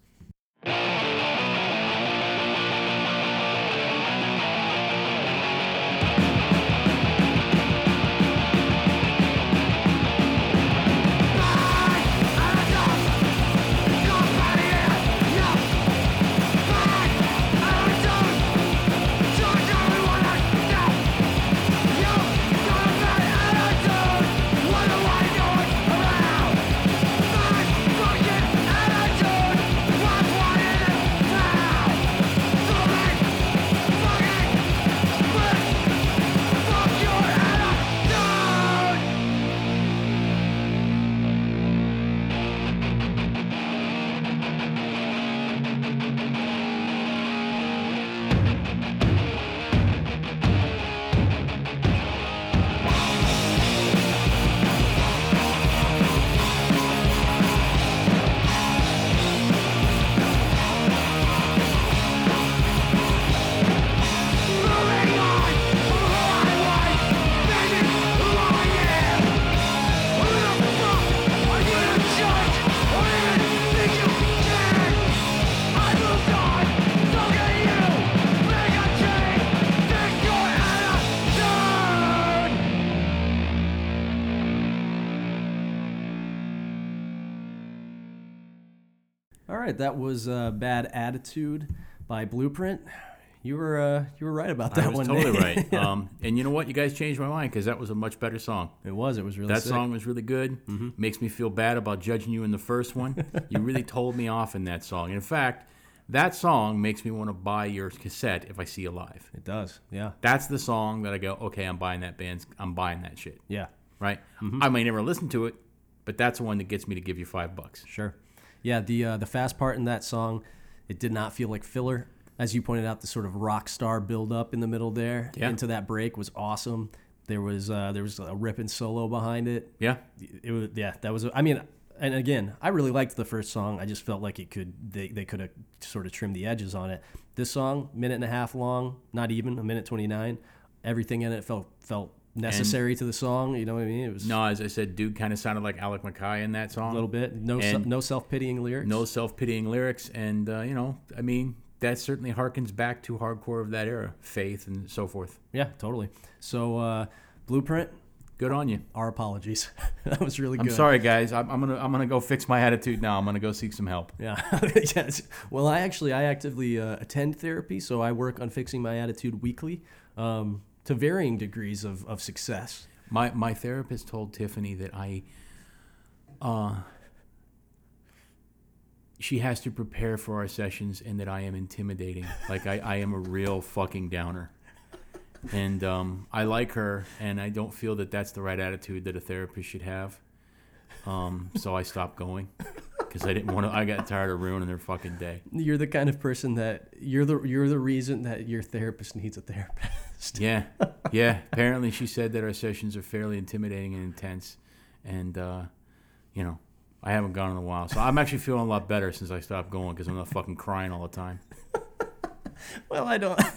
[SPEAKER 1] Attitude, what's what it is
[SPEAKER 3] right, that was uh, "Bad Attitude" by Blueprint. You were uh, you were right about that
[SPEAKER 2] I was
[SPEAKER 3] one.
[SPEAKER 2] totally
[SPEAKER 3] Nate.
[SPEAKER 2] right. Um, and you know what? You guys changed my mind because that was a much better song.
[SPEAKER 3] It was. It was really
[SPEAKER 2] That
[SPEAKER 3] sick. Mm-hmm.
[SPEAKER 2] song was really good. Makes me feel bad about judging you in the first one. you really told me off in that song. in fact, that song makes me want to buy your cassette if I see you live.
[SPEAKER 3] It does. Yeah.
[SPEAKER 2] That's the song that I go, okay, I'm buying that band's, I'm buying that shit.
[SPEAKER 3] Yeah.
[SPEAKER 2] Right?
[SPEAKER 3] Mm-hmm.
[SPEAKER 2] I may never listen to it, but that's the one that gets me to give you five bucks.
[SPEAKER 3] Sure. Yeah, the uh, the fast part in that song, it did not feel like filler. As you pointed out, the sort of rock star build up in the middle there
[SPEAKER 2] Yeah.
[SPEAKER 3] into that break was awesome. There was uh, there was a ripping solo behind it.
[SPEAKER 2] Yeah.
[SPEAKER 3] It was yeah, that was I mean, and again, I really liked the first song. I just felt like it could they they could have sort of trimmed the edges on it. This song, minute and a half long, not even a minute twenty nine. Everything in it felt felt necessary to the song. You know what I mean? It was
[SPEAKER 2] No, as I said, dude kind of sounded like Alec Mackay in that song.
[SPEAKER 3] a little bit no se-
[SPEAKER 2] And-
[SPEAKER 3] no self pitying lyrics.
[SPEAKER 2] No self pitying lyrics. And, uh, you know, I mean, that certainly harkens back to hardcore of that era, faith and so forth.
[SPEAKER 3] Yeah, totally. So, uh, Blueprint,
[SPEAKER 2] Good on you.
[SPEAKER 3] our apologies. that was really
[SPEAKER 2] I'm
[SPEAKER 3] good.
[SPEAKER 2] sorry, guys. I'm, I'm gonna I'm gonna go fix my attitude now. I'm gonna go seek some help.
[SPEAKER 3] Yeah. yes. Well, I actually I actively uh, attend therapy, so I work on fixing my attitude weekly, um, to varying degrees of, of success.
[SPEAKER 2] My my therapist told Tiffany that I, uh, she has to prepare for our sessions and that I am intimidating. like I, I am a real fucking downer. And um, I like her, and I don't feel that that's the right attitude that a therapist should have. Um, so I stopped going because I didn't want to. I got tired of ruining their fucking day.
[SPEAKER 3] You're the kind of person that you're the you're the reason that your therapist needs a therapist.
[SPEAKER 2] Yeah, yeah. Apparently, she said that our sessions are fairly intimidating and intense, and uh, you know, I haven't gone in a while, so I'm actually feeling a lot better since I stopped going because I'm not fucking crying all the time.
[SPEAKER 3] well, I don't.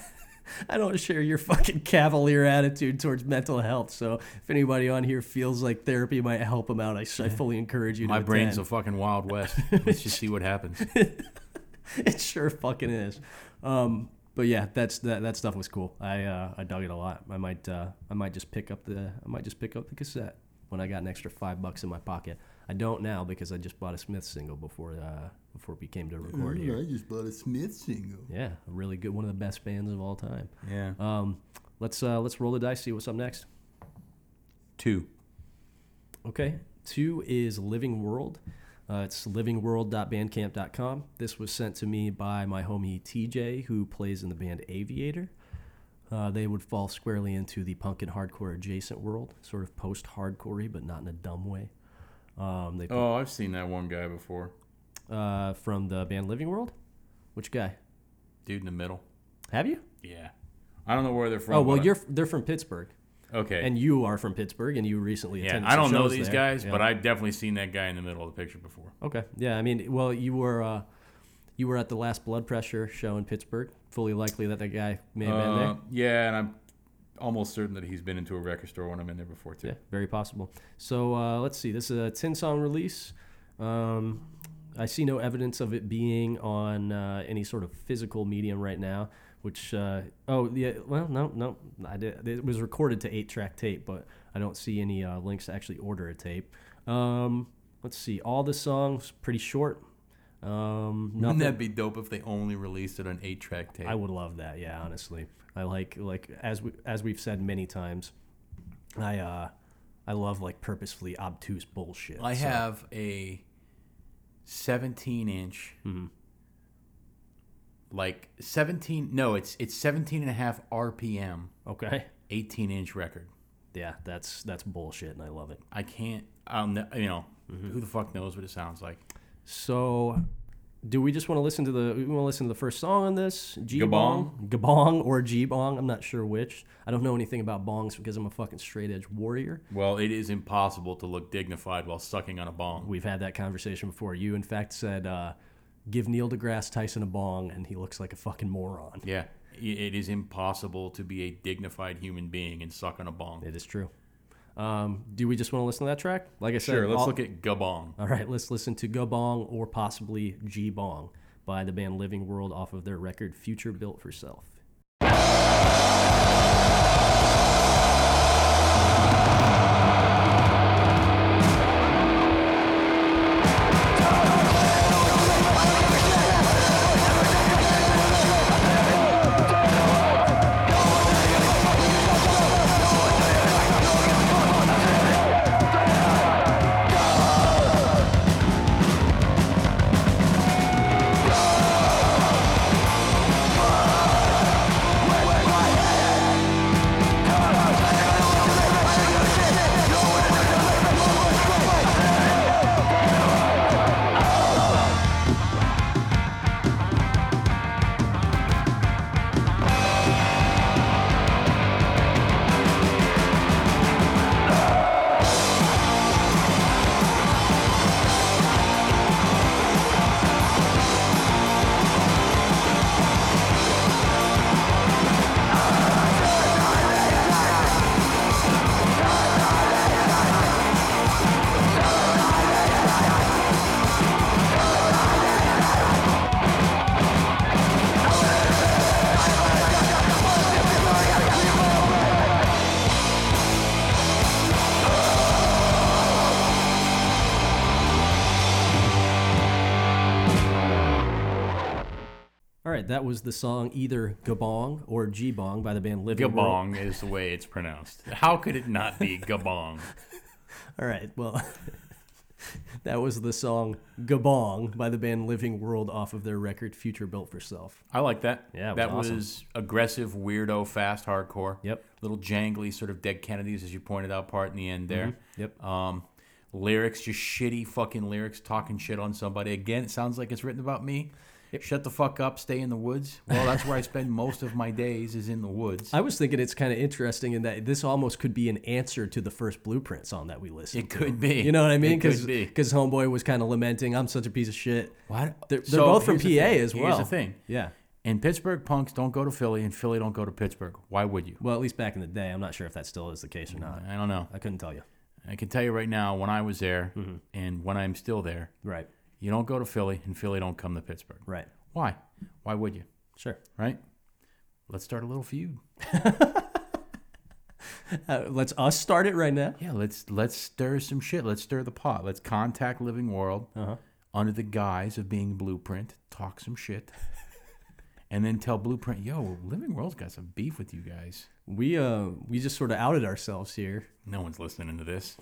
[SPEAKER 3] I don't share your fucking cavalier attitude towards mental health. So if anybody on here feels like therapy might help them out, I, I fully encourage you.
[SPEAKER 2] My
[SPEAKER 3] to
[SPEAKER 2] brain's
[SPEAKER 3] attend.
[SPEAKER 2] a fucking wild west. Let's just see what happens.
[SPEAKER 3] it sure fucking is. Um, but yeah, that's that, that stuff was cool. I uh, I dug it a lot. I might uh, I might just pick up the I might just pick up the cassette when I got an extra five bucks in my pocket. I don't now because I just bought a Smith single before uh, before we came to record here.
[SPEAKER 2] just bought a Smith single.
[SPEAKER 3] Yeah, a really good one of the best bands of all time.
[SPEAKER 2] Yeah,
[SPEAKER 3] Um, let's uh, let's roll the dice. See what's up next.
[SPEAKER 2] two.
[SPEAKER 3] Okay. Two is Living World. Uh, it's livingworld.bandcamp.com. This was sent to me by my homie TJ, who plays in the band Aviator. Uh, they would fall squarely into the punk and hardcore adjacent world, sort of post hardcore but not in a dumb way. Um, they
[SPEAKER 2] Oh, I've seen that one guy before.
[SPEAKER 3] uh, From the band Living World? Which guy?
[SPEAKER 2] Dude in the middle.
[SPEAKER 3] Have you?
[SPEAKER 2] Yeah, I don't know where they're from.
[SPEAKER 3] Oh, well,
[SPEAKER 2] but I-
[SPEAKER 3] you're they're from Pittsburgh.
[SPEAKER 2] okay.
[SPEAKER 3] And you are from Pittsburgh, and you recently
[SPEAKER 2] yeah,
[SPEAKER 3] attended
[SPEAKER 2] I don't
[SPEAKER 3] some
[SPEAKER 2] know
[SPEAKER 3] shows
[SPEAKER 2] these
[SPEAKER 3] there.
[SPEAKER 2] guys,
[SPEAKER 3] Yeah.
[SPEAKER 2] but I've definitely seen that guy in the middle of the picture before.
[SPEAKER 3] Okay. Yeah. I mean, well, you were uh, you were at the last blood pressure show in Pittsburgh. Fully likely that that guy may have been
[SPEAKER 2] Uh,
[SPEAKER 3] there.
[SPEAKER 2] yeah, and I'm almost certain that he's been into a record store when I'm in there before too.
[SPEAKER 3] Yeah, very possible. So uh, let's see. This is a ten song release. Um, I see no evidence of it being on uh, any sort of physical medium right now. Which uh, oh yeah, well no no, I did, it was recorded to eight track tape, but I don't see any uh, links to actually order a tape. Um, let's see. All the songs pretty short. Um,
[SPEAKER 2] Wouldn't
[SPEAKER 3] nothing.
[SPEAKER 2] that be dope if they only released it on eight track tape?
[SPEAKER 3] I would love that. Yeah, honestly, I like like as we as we've said many times, I uh, I love like purposefully obtuse bullshit.
[SPEAKER 2] I
[SPEAKER 3] so-
[SPEAKER 2] have a 17 inch,
[SPEAKER 3] Mm-hmm.
[SPEAKER 2] like 17. No, it's it's 17 and a half RPM,
[SPEAKER 3] okay.
[SPEAKER 2] 18 inch record.
[SPEAKER 3] Yeah, that's that's bullshit, and I love it.
[SPEAKER 2] I can't. I'll ne- you know
[SPEAKER 3] Mm-hmm.
[SPEAKER 2] who the fuck knows what it sounds like.
[SPEAKER 3] So, do we just want to listen to the we want to listen to the first song on this G
[SPEAKER 2] Gabong?
[SPEAKER 3] Gabong or G Bong? I'm not sure which. I don't know anything about bongs because I'm a fucking straight edge warrior.
[SPEAKER 2] Well, it is impossible to look dignified while sucking on a bong.
[SPEAKER 3] We've had that conversation before. You in fact said. Uh, Give Neil deGrasse Tyson a bong, and he looks like a fucking moron.
[SPEAKER 2] Yeah, i- it is impossible to be a dignified human being and suck on a bong.
[SPEAKER 3] It is true. Um, do we just want to listen to that track? Like I said,
[SPEAKER 2] Sure, let's
[SPEAKER 3] all-
[SPEAKER 2] look at Gabong.
[SPEAKER 3] All right, let's listen to Go Bong or possibly G Bong by the band Living World off of their record Future Built for Self. right, that was the song either Gabong or G-Bong by the band Living World.
[SPEAKER 2] Gabong is the way it's pronounced. How could it not be Gabong?
[SPEAKER 3] All right, well, that was the song Gabong by the band Living World off of their record Future Built for Self.
[SPEAKER 2] I like that.
[SPEAKER 3] Yeah, it was
[SPEAKER 2] that
[SPEAKER 3] awesome.
[SPEAKER 2] was aggressive, weirdo, fast, hardcore.
[SPEAKER 3] Yep.
[SPEAKER 2] Little jangly, sort of dead Kennedys, as you pointed out, part in the end there.
[SPEAKER 3] Yep.
[SPEAKER 2] Um, lyrics, just shitty fucking lyrics, talking shit on somebody. Again, it sounds like it's written about me. Shut the fuck up, stay in the woods. Well, that's where I spend most of my days is in the woods.
[SPEAKER 3] I was thinking it's kind of interesting in that this almost could be an answer to the first Blueprint song that we listened
[SPEAKER 2] It
[SPEAKER 3] to.
[SPEAKER 2] could be.
[SPEAKER 3] You know what I mean?
[SPEAKER 2] It could
[SPEAKER 3] Because
[SPEAKER 2] be.
[SPEAKER 3] Homeboy was kind of lamenting, I'm such a piece of shit.
[SPEAKER 2] What?
[SPEAKER 3] They're, they're
[SPEAKER 2] So,
[SPEAKER 3] both from PA
[SPEAKER 2] here's the thing.
[SPEAKER 3] as well.
[SPEAKER 2] Here's the thing.
[SPEAKER 3] Yeah.
[SPEAKER 2] And Pittsburgh punks don't go to Philly, and Philly don't go to Pittsburgh. Why would you?
[SPEAKER 3] Well, at least back in the day. I'm not sure if that still is the case or not.
[SPEAKER 2] I don't know.
[SPEAKER 3] I couldn't tell you.
[SPEAKER 2] I can tell you right now, when I was there, and when I'm still there,
[SPEAKER 3] Right.
[SPEAKER 2] you don't go to Philly, and Philly don't come to Pittsburgh.
[SPEAKER 3] Right.
[SPEAKER 2] Why? Why would you?
[SPEAKER 3] Sure.
[SPEAKER 2] Right? Let's start a little feud.
[SPEAKER 3] Uh, let's us start it right now.
[SPEAKER 2] Yeah, let's let's stir some shit. Let's stir the pot. Let's contact Living World under the guise of being Blueprint. Talk some shit, and then tell Blueprint, "Yo, Living World's got some beef with you guys."
[SPEAKER 3] We uh we just sort of outed ourselves here.
[SPEAKER 2] No one's listening to this.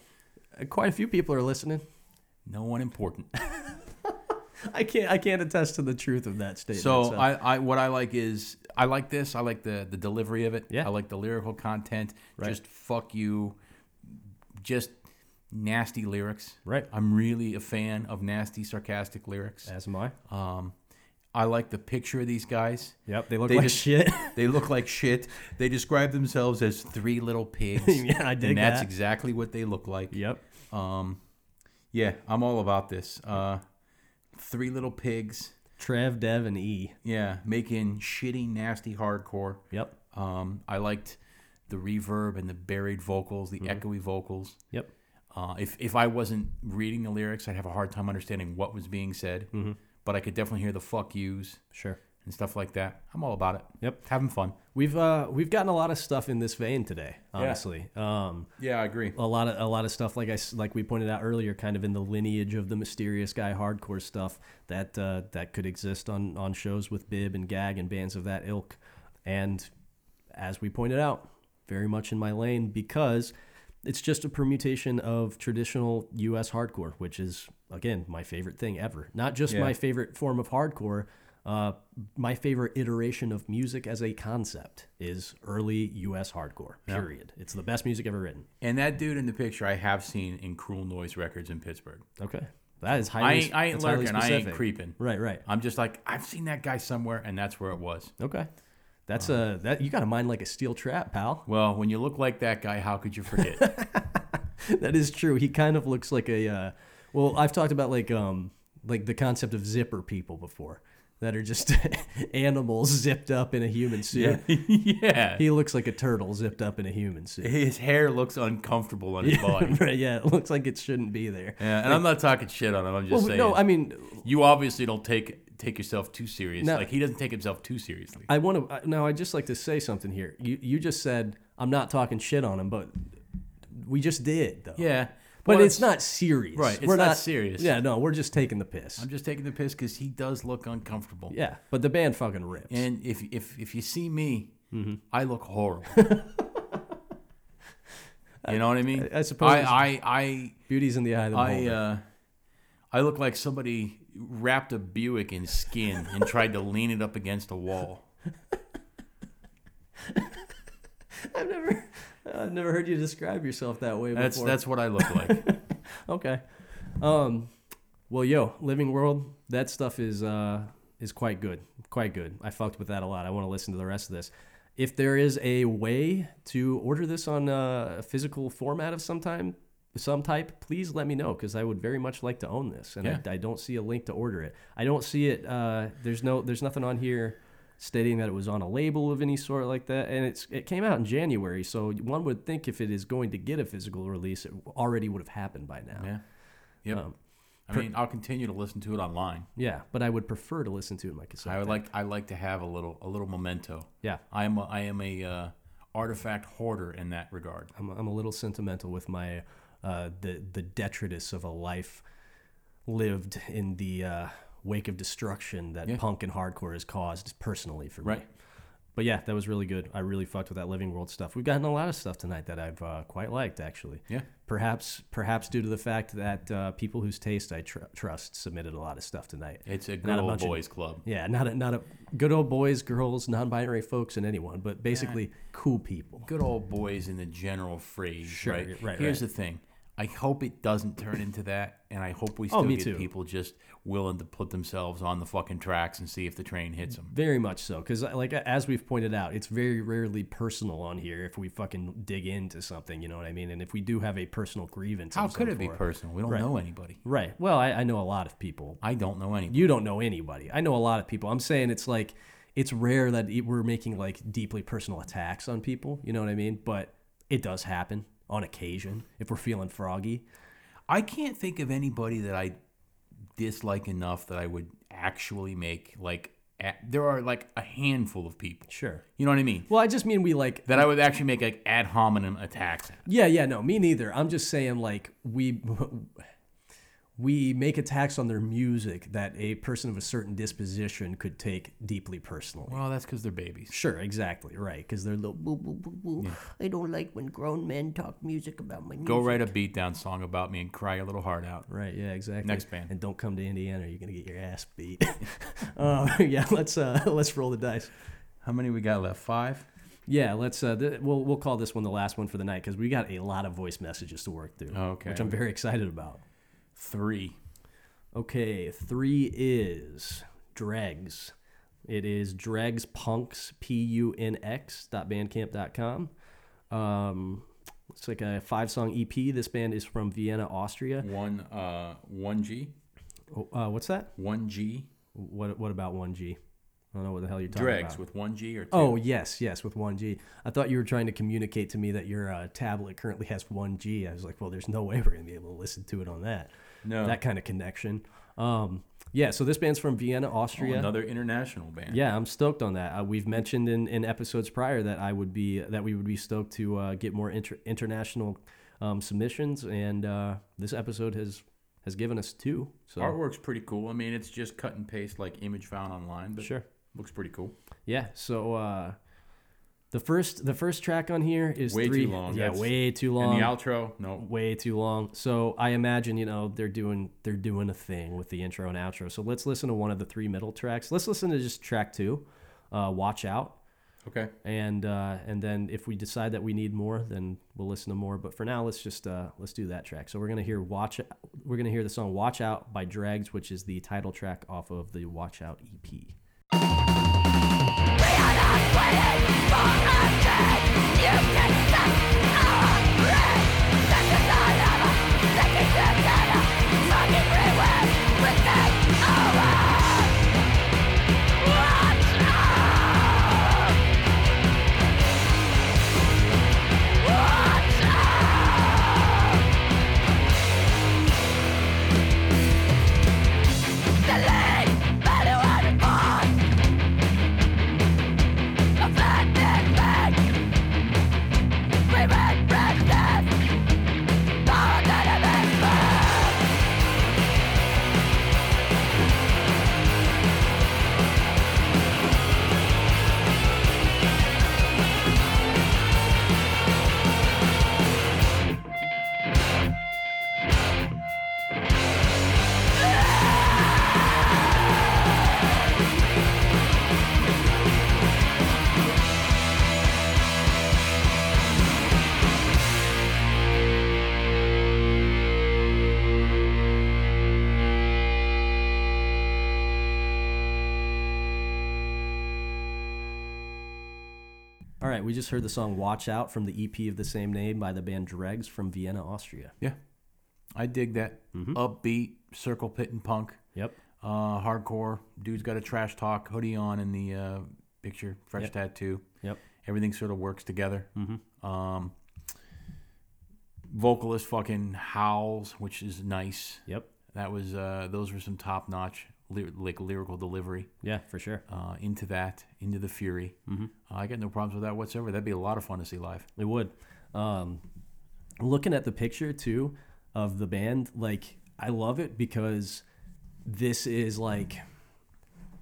[SPEAKER 3] Uh, Quite a few people are listening.
[SPEAKER 2] No one important.
[SPEAKER 3] I can't I can't attest to the truth of that statement.
[SPEAKER 2] So I, I what I like is I like this. I like the the delivery of it.
[SPEAKER 3] Yeah.
[SPEAKER 2] I like the lyrical content.
[SPEAKER 3] Right.
[SPEAKER 2] Just fuck you. Just nasty lyrics.
[SPEAKER 3] Right.
[SPEAKER 2] I'm really a fan of nasty, sarcastic lyrics.
[SPEAKER 3] as am I.
[SPEAKER 2] Um, I like the picture of these guys.
[SPEAKER 3] Yep, they look
[SPEAKER 2] They
[SPEAKER 3] like
[SPEAKER 2] just-
[SPEAKER 3] shit.
[SPEAKER 2] They look like shit. They describe themselves as three little pigs.
[SPEAKER 3] Yeah, I dig
[SPEAKER 2] And that's
[SPEAKER 3] that.
[SPEAKER 2] exactly what they look like.
[SPEAKER 3] yep.
[SPEAKER 2] Um, yeah, I'm all about this. Uh, three little pigs.
[SPEAKER 3] Trev, Dev, and E.
[SPEAKER 2] Yeah, making shitty, nasty hardcore.
[SPEAKER 3] Yep.
[SPEAKER 2] Um, I liked the reverb and the buried vocals, the echoey vocals.
[SPEAKER 3] Yep.
[SPEAKER 2] Uh, if if I wasn't reading the lyrics, I'd have a hard time understanding what was being said. But I could definitely hear the fuck yous
[SPEAKER 3] Sure.
[SPEAKER 2] and stuff like that. I'm all about it.
[SPEAKER 3] Yep.
[SPEAKER 2] having fun.
[SPEAKER 3] We've uh we've gotten a lot of stuff in this vein today, honestly. Um
[SPEAKER 2] Yeah, I agree.
[SPEAKER 3] a lot of a lot of stuff like I s- like we pointed out earlier, kind of in the lineage of the mysterious guy hardcore stuff that uh, that could exist on on shows with Bib and Gag and bands of that ilk, and as we pointed out, very much in my lane because it's just a permutation of traditional U.S. hardcore, which is again my favorite thing ever. Not just
[SPEAKER 2] Yeah.
[SPEAKER 3] my favorite form of hardcore. Uh, my favorite iteration of music as a concept is early U.S. hardcore. Period. It's the best music ever written.
[SPEAKER 2] And that dude in the picture I have seen in Cruel Noise Records in Pittsburgh.
[SPEAKER 3] Okay. That is
[SPEAKER 2] I
[SPEAKER 3] highly
[SPEAKER 2] ain't, I ain't
[SPEAKER 3] that's highly
[SPEAKER 2] lurking. I ain't
[SPEAKER 3] specific.
[SPEAKER 2] creeping.
[SPEAKER 3] Right, right.
[SPEAKER 2] I'm just like I've seen that guy somewhere, and that's where it was.
[SPEAKER 3] Okay. That's uh, a that you got a mind like a steel trap, pal.
[SPEAKER 2] Well, when you look like that guy, how could you forget?
[SPEAKER 3] that is true. He kind of looks like a uh, well, I've talked about like um like the concept of zipper people before that are just animals zipped up in a human suit.
[SPEAKER 2] yeah,
[SPEAKER 3] He looks like a turtle zipped up in a human suit.
[SPEAKER 2] his hair looks uncomfortable on his body.
[SPEAKER 3] right, yeah, it looks like it shouldn't be there.
[SPEAKER 2] Yeah, and I'm not talking shit on him. I'm just
[SPEAKER 3] Well,
[SPEAKER 2] saying.
[SPEAKER 3] no, I mean,
[SPEAKER 2] you obviously don't take take yourself too serious.
[SPEAKER 3] No.
[SPEAKER 2] Like he doesn't take himself too seriously.
[SPEAKER 3] I want to now. I just like to say something here. You you just said I'm not talking shit on him, but we just did though.
[SPEAKER 2] yeah,
[SPEAKER 3] But
[SPEAKER 2] Well,
[SPEAKER 3] it's not serious.
[SPEAKER 2] Right, it's
[SPEAKER 3] we're
[SPEAKER 2] not serious.
[SPEAKER 3] Yeah, no, we're just taking the piss.
[SPEAKER 2] I'm just taking the piss because he does look uncomfortable.
[SPEAKER 3] yeah, but the band fucking rips.
[SPEAKER 2] And if if if you see me, I look horrible. you know what I mean?
[SPEAKER 3] I suppose-
[SPEAKER 2] I I
[SPEAKER 3] Beauty's in the eye of the
[SPEAKER 2] I, I
[SPEAKER 3] beholder.
[SPEAKER 2] uh, I look like somebody wrapped a Buick in skin and tried to lean it up against a wall.
[SPEAKER 3] I've never, I've never heard you describe yourself that way
[SPEAKER 2] uh, That's
[SPEAKER 3] before.
[SPEAKER 2] that's what I look like.
[SPEAKER 3] okay. Um, well, yo, Living World, that stuff is uh is quite good, quite good. I fucked with that a lot. I want to listen to the rest of this. If there is a way to order this on uh, a physical format of some time, some type, please let me know because I would very much like to own this, and
[SPEAKER 2] Yeah.
[SPEAKER 3] I, I don't see a link to order it. I don't see it. Uh, there's no, there's nothing on here stating that it was on a label of any sort like that, and it's it came out in January, so one would think if it is going to get a physical release, it already would have happened by now.
[SPEAKER 2] Yeah. Yep.
[SPEAKER 3] Um,
[SPEAKER 2] I mean, I'll continue to listen to it online.
[SPEAKER 3] Yeah, but I would prefer to listen to it in my cassette.
[SPEAKER 2] I would
[SPEAKER 3] tape.
[SPEAKER 2] like I like to have a little a little memento.
[SPEAKER 3] Yeah,
[SPEAKER 2] I am a, I am a uh, artifact hoarder in that regard.
[SPEAKER 3] I'm, I'm a little sentimental with my uh, the the detritus of a life lived in the uh, wake of destruction that
[SPEAKER 2] Yeah.
[SPEAKER 3] punk and hardcore has caused personally for me.
[SPEAKER 2] Right.
[SPEAKER 3] But yeah, that was really good. I really fucked with that Living World stuff. We've gotten a lot of stuff tonight that I've uh, quite liked, actually.
[SPEAKER 2] Yeah.
[SPEAKER 3] Perhaps, perhaps due to the fact that uh, people whose taste I tr- trust submitted a lot of stuff tonight.
[SPEAKER 2] It's a
[SPEAKER 3] Not
[SPEAKER 2] good old
[SPEAKER 3] bunch of-
[SPEAKER 2] boys club.
[SPEAKER 3] yeah, not a, not a good old boys, girls, non-binary folks, and anyone, but basically cool people.
[SPEAKER 2] Good old boys in the general phrase,
[SPEAKER 3] Sure,
[SPEAKER 2] right?
[SPEAKER 3] right, right.
[SPEAKER 2] Here's the thing. I hope it doesn't turn into that, and I hope we
[SPEAKER 3] Oh,
[SPEAKER 2] still
[SPEAKER 3] me
[SPEAKER 2] get
[SPEAKER 3] too.
[SPEAKER 2] people just willing to put themselves on the fucking tracks and see if the train hits them.
[SPEAKER 3] Very much so, because like as we've pointed out, it's very rarely personal on here. If we fucking dig into something, you know what I mean. And if we do have a personal grievance,
[SPEAKER 2] How
[SPEAKER 3] of
[SPEAKER 2] could
[SPEAKER 3] some
[SPEAKER 2] it be
[SPEAKER 3] sort-
[SPEAKER 2] personal? We don't
[SPEAKER 3] Right.
[SPEAKER 2] know anybody.
[SPEAKER 3] Right. Well, I, I know a lot of people.
[SPEAKER 2] I don't know anybody.
[SPEAKER 3] You don't know anybody. I know a lot of people. I'm saying it's like it's rare that e- we're making like deeply personal attacks on people. You know what I mean? But it does happen on occasion if we're feeling froggy.
[SPEAKER 2] I can't think of anybody that I dislike enough that I would actually make like. A, there are like a handful of people.
[SPEAKER 3] Sure.
[SPEAKER 2] You know what I mean?
[SPEAKER 3] Well, I just mean we like
[SPEAKER 2] That I would actually make like ad hominem attacks. at.
[SPEAKER 3] Yeah, yeah, no, me neither. I'm just saying like we we make attacks on their music that a person of a certain disposition could take deeply personally.
[SPEAKER 2] Well, that's because they're babies.
[SPEAKER 3] Sure, exactly, right? Because they're little.
[SPEAKER 6] Woo, woo, woo, woo. I don't like when grown men talk music about my music.
[SPEAKER 2] Go write a beatdown song about me and cry your little heart out.
[SPEAKER 3] Right, yeah, exactly.
[SPEAKER 2] Next band.
[SPEAKER 3] and don't come to Indiana. or You're gonna get your ass beat. um, yeah, let's uh, let's roll the dice.
[SPEAKER 2] How many we got left? Five.
[SPEAKER 3] Yeah, let's. Uh, th- we'll we'll call this one the last one for the night because we got a lot of voice messages to work through,
[SPEAKER 2] Okay.
[SPEAKER 3] which I'm very excited about.
[SPEAKER 2] Three.
[SPEAKER 3] Okay, three is Dregs. It is Dregs Punks P U N X dot bandcamp.com. Um, it's like a five song EP. This band is from Vienna, Austria.
[SPEAKER 2] One. Uh. One G.
[SPEAKER 3] Oh, uh, what's that?
[SPEAKER 2] One G.
[SPEAKER 3] What What about one G? I don't know what the hell you're talking
[SPEAKER 2] Dregs
[SPEAKER 3] about.
[SPEAKER 2] with one G or two.
[SPEAKER 3] Oh yes, yes, with one G. I thought you were trying to communicate to me that your uh, tablet currently has one G. I was like, well, there's no way we're gonna be able to listen to it on that.
[SPEAKER 2] No.
[SPEAKER 3] that kind of connection. Um, yeah. So this band's from Vienna, Austria.
[SPEAKER 2] Another international band.
[SPEAKER 3] yeah, I'm stoked on that. Uh, we've mentioned in, in episodes prior that I would be that we would be stoked to uh, get more inter- international um, submissions, and uh, this episode has has given us two. So
[SPEAKER 2] Artwork's pretty cool. I mean, it's just cut and paste like image found online, but
[SPEAKER 3] Sure.
[SPEAKER 2] looks pretty cool.
[SPEAKER 3] Yeah. So uh, the first the first track on here is
[SPEAKER 2] Way too
[SPEAKER 3] three,
[SPEAKER 2] long.
[SPEAKER 3] Yeah,
[SPEAKER 2] That's-
[SPEAKER 3] way too long.
[SPEAKER 2] And the outro, no.
[SPEAKER 3] way too long. So I imagine you know they're doing they're doing a thing with the intro and outro. So let's listen to one of the three middle tracks. Let's listen to just track two, uh, "Watch Out,"
[SPEAKER 2] Okay.
[SPEAKER 3] and uh, and then if we decide that we need more, then we'll listen to more. But for now, let's just uh, let's do that track. So we're gonna hear "Watch." We're gonna hear the song "Watch Out" by Dregs, which is the title track off of the "Watch Out" E EP. All right, we just heard the song "Watch Out" from the EP of the same name by the band Dregs from Vienna, Austria.
[SPEAKER 2] Yeah. I dig that. Upbeat, circle pit and punk,
[SPEAKER 3] Yep.
[SPEAKER 2] uh, hardcore. Dude's got a trash talk hoodie on in the uh, picture, fresh
[SPEAKER 3] Yep.
[SPEAKER 2] tattoo.
[SPEAKER 3] Yep.
[SPEAKER 2] Everything sort of works together. Um, vocalist fucking howls, which is nice.
[SPEAKER 3] Yep.
[SPEAKER 2] That was uh, those were some top notch ly- like lyrical delivery.
[SPEAKER 3] Yeah, for sure.
[SPEAKER 2] uh, into that, into the Fury. Uh, I got no problems with that whatsoever. That'd be a lot of fun to see live.
[SPEAKER 3] It would. Um, looking at the picture too of the band, like I love it because this is like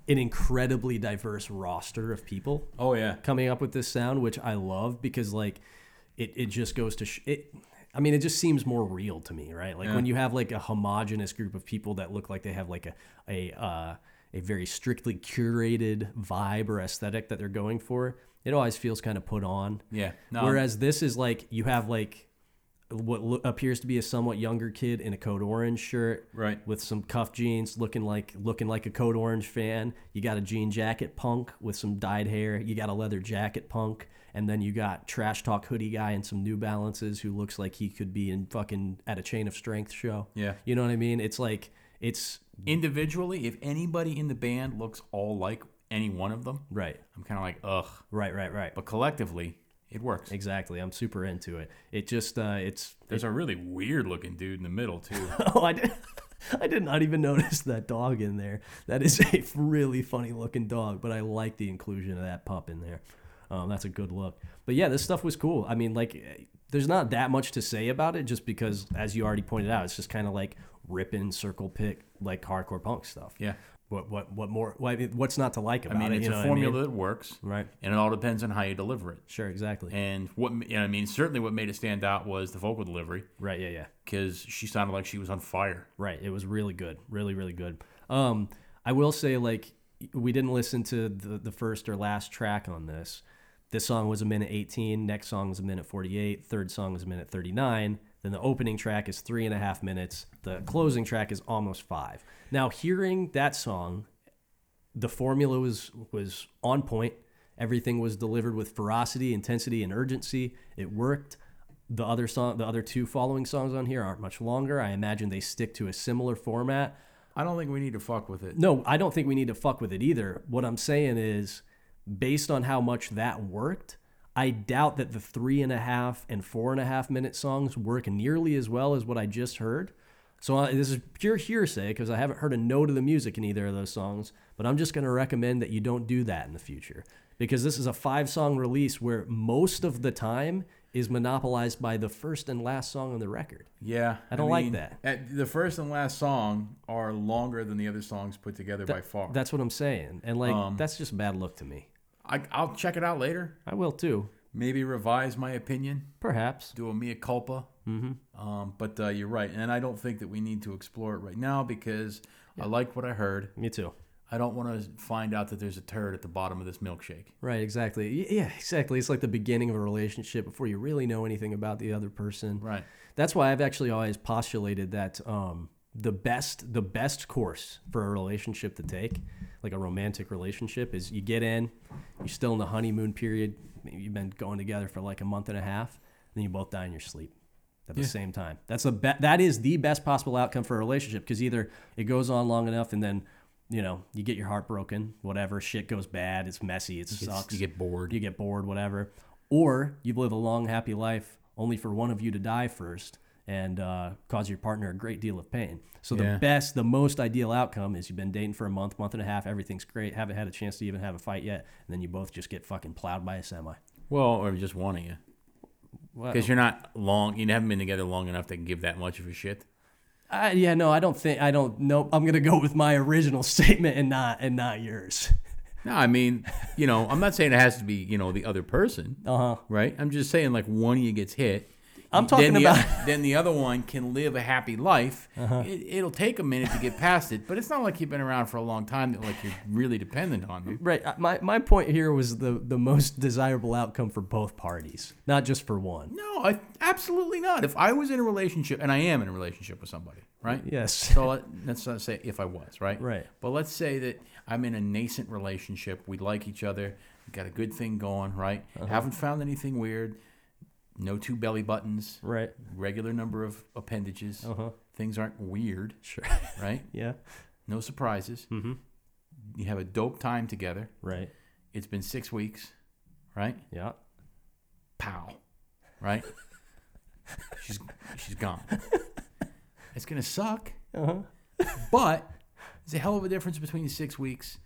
[SPEAKER 3] an incredibly diverse roster of people
[SPEAKER 2] Oh yeah.
[SPEAKER 3] coming up with this sound, which I love because like it, it just goes to sh- it. I mean, it just seems more real to me, right? Like when you have like a homogenous group of people that look like they have like a a uh, a very strictly curated vibe or aesthetic that they're going for. It always feels kind of put on.
[SPEAKER 2] Yeah. No.
[SPEAKER 3] Whereas this is like you have like what lo- appears to be a somewhat younger kid in a code orange shirt,
[SPEAKER 2] Right.
[SPEAKER 3] with some cuff jeans, looking like looking like a code orange fan. You got a jean jacket punk with some dyed hair. You got a leather jacket punk, and then you got trash talk hoodie guy and some New Balances who looks like he could be in fucking at a Chain of Strength show.
[SPEAKER 2] Yeah.
[SPEAKER 3] you know what I mean. It's like it's
[SPEAKER 2] Individually, if anybody in the band looks all like any one of them,
[SPEAKER 3] right,
[SPEAKER 2] I'm kind of like ugh.
[SPEAKER 3] right, right, right.
[SPEAKER 2] But collectively, it works.
[SPEAKER 3] Exactly. I'm super into it. It just uh, it's
[SPEAKER 2] There's a really weird looking dude in the middle too.
[SPEAKER 3] Oh, I did. I did not even notice that dog in there. That is a really funny looking dog, but I like the inclusion of that pup in there. Um, that's a good look. But yeah, this stuff was cool. I mean, like, eh, there's not that much to say about it, just because, as you already pointed out, it's just kind of like ripping circle pick, like hardcore punk stuff.
[SPEAKER 2] yeah.
[SPEAKER 3] What what what more? why- What's not to like
[SPEAKER 2] I
[SPEAKER 3] about
[SPEAKER 2] mean,
[SPEAKER 3] it?
[SPEAKER 2] it's
[SPEAKER 3] you know
[SPEAKER 2] a
[SPEAKER 3] what I
[SPEAKER 2] formula
[SPEAKER 3] mean?
[SPEAKER 2] that works,
[SPEAKER 3] right?
[SPEAKER 2] and it all depends on how you deliver it.
[SPEAKER 3] Sure, exactly.
[SPEAKER 2] And what you know, I mean, certainly what made it stand out was the vocal delivery
[SPEAKER 3] right? Yeah, yeah.
[SPEAKER 2] because she sounded like she was on fire.
[SPEAKER 3] Right. It was really good. Really, really good. Um, I will say, like, we didn't listen to the, the first or last track on this. This song was a minute 18. Next song was a minute 48. Third song was a minute 39. Then the opening track is three and a half minutes. The closing track is almost five. Now, hearing that song, the formula was was on point. Everything was delivered with ferocity, intensity, and urgency. It worked. The other song, the other two following songs on here aren't much longer. I imagine they stick to a similar format.
[SPEAKER 2] I don't think we need to fuck with it.
[SPEAKER 3] No, I don't think we need to fuck with it either. What I'm saying is, based on how much that worked, I doubt that the three and a half and four and a half minute songs work nearly as well as what I just heard. So I, this is pure hearsay because I haven't heard a note of the music in either of those songs. But I'm just going to recommend that you don't do that in the future because this is a five song release where most of the time is monopolized by the first and last song on the record.
[SPEAKER 2] Yeah,
[SPEAKER 3] I don't like that.
[SPEAKER 2] at- the first and last song are longer than the other songs put together by far.
[SPEAKER 3] That's what I'm saying, and like that's just a bad look to me.
[SPEAKER 2] I, I'll check it out later.
[SPEAKER 3] Um, I will too.
[SPEAKER 2] Maybe revise my opinion.
[SPEAKER 3] Perhaps.
[SPEAKER 2] do a mea culpa. Mm-hmm. Um, but uh, you're right, and I don't think that we need to explore it right now because I like what I heard.
[SPEAKER 3] Me too.
[SPEAKER 2] I don't want to find out that there's a turd at the bottom of this milkshake.
[SPEAKER 3] Right, exactly. Y- Yeah, exactly. It's like the beginning of a relationship before you really know anything about the other person.
[SPEAKER 2] Right.
[SPEAKER 3] That's why I've actually always postulated that um, the best the best course for a relationship to take, like a romantic relationship, is you get in, you're still in the honeymoon period, maybe you've been going together for like a month and a half, then you both die in your sleep at the same time. That's the be- that is the best possible outcome for a relationship because either it goes on long enough and then you know you get your heart broken, whatever shit goes bad, it's messy, it sucks,
[SPEAKER 2] you get bored.
[SPEAKER 3] you get bored, whatever, or you live a long happy life only for one of you to die first and uh, cause your partner a great deal of pain. So
[SPEAKER 2] Yeah.
[SPEAKER 3] the best, the most ideal outcome is you've been dating for a month, month and a half, everything's great, haven't had a chance to even have a fight yet, and then you both just get fucking plowed by a semi.
[SPEAKER 2] Well, or just one of you,
[SPEAKER 3] Wow.
[SPEAKER 2] because you're not long. You haven't been together long enough to give that much of a shit.
[SPEAKER 3] Uh, yeah, no, I don't think I don't know. I'm gonna go with my original statement and not and not yours.
[SPEAKER 2] No, I mean, you know, I'm not saying it has to be, you know, the other person. Uh-huh. Right? I'm just saying like one of you gets hit.
[SPEAKER 3] I'm talking
[SPEAKER 2] then the
[SPEAKER 3] about- Uh-huh.
[SPEAKER 2] oth- then the other one can live a happy life. It, it'll take a minute to get past it, but it's not like you've been around for a long time that like you're really dependent on them.
[SPEAKER 3] Right. uh, My my point here was the the most desirable outcome for both parties, not just for one.
[SPEAKER 2] No, I, absolutely not. If I was in a relationship, and I am in a relationship with somebody, right?
[SPEAKER 3] Yes.
[SPEAKER 2] So let, let's not say if I was, right?
[SPEAKER 3] Right.
[SPEAKER 2] But let's say that I'm in a nascent relationship. We like each other. We got a good thing going, right?
[SPEAKER 3] Uh-huh.
[SPEAKER 2] Haven't found anything weird. No two belly buttons.
[SPEAKER 3] Right.
[SPEAKER 2] Regular number of appendages.
[SPEAKER 3] Uh-huh.
[SPEAKER 2] Things aren't weird,
[SPEAKER 3] Sure.
[SPEAKER 2] right?
[SPEAKER 3] yeah.
[SPEAKER 2] No surprises. Mm-hmm. You have a dope time together.
[SPEAKER 3] Right.
[SPEAKER 2] It's been six weeks, right?
[SPEAKER 3] Yeah.
[SPEAKER 2] Pow, right? she's she's gone. It's gonna suck.
[SPEAKER 3] Uh huh.
[SPEAKER 2] But there's a hell of a difference between six weeks,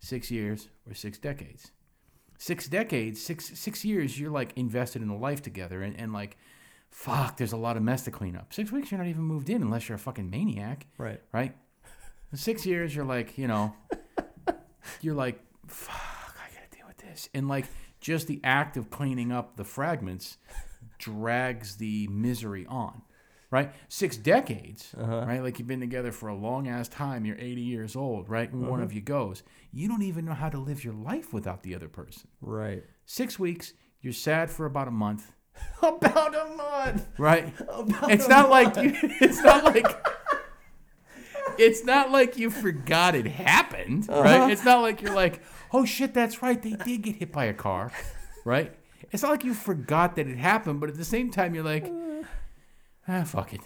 [SPEAKER 2] six years, or six decades. Six decades, six six years, you're like invested in a life together and, and like fuck, there's a lot of mess to clean up. Six weeks you're not even moved in unless you're a fucking maniac.
[SPEAKER 3] Right.
[SPEAKER 2] Right? In six years, you're like, you know, you're like, fuck, I gotta deal with this. And like, just the act of cleaning up the fragments drags the misery on, right? Six decades, right? Like, you've been together for a long ass time, you're 80 years old, right? And one of you goes. You don't even know how to live your life without the other person.
[SPEAKER 3] Right.
[SPEAKER 2] Six weeks, you're sad for about a month,
[SPEAKER 3] About a month.
[SPEAKER 2] right? it's not like you, it's not like it's not like you forgot it happened, right? It's not like you're like, oh shit, that's right, they did get hit by a car, right? It's not like you forgot that it happened, but at the same time, you're like, ah, fuck it.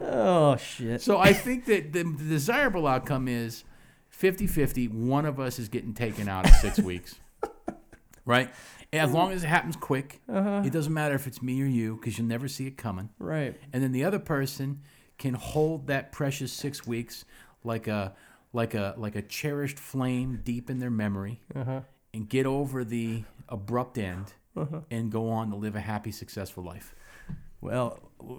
[SPEAKER 3] Oh shit.
[SPEAKER 2] So I think that the, the desirable outcome is 50 50. One of us is getting taken out in six weeks, right? And as long as it happens quick, it doesn't matter if it's me or you because you'll never see it coming.
[SPEAKER 3] Right.
[SPEAKER 2] and then the other person can hold that precious six weeks like a like a like a cherished flame deep in their memory
[SPEAKER 3] Uh-huh.
[SPEAKER 2] and get over the abrupt end and go on to live a happy successful life
[SPEAKER 3] Well,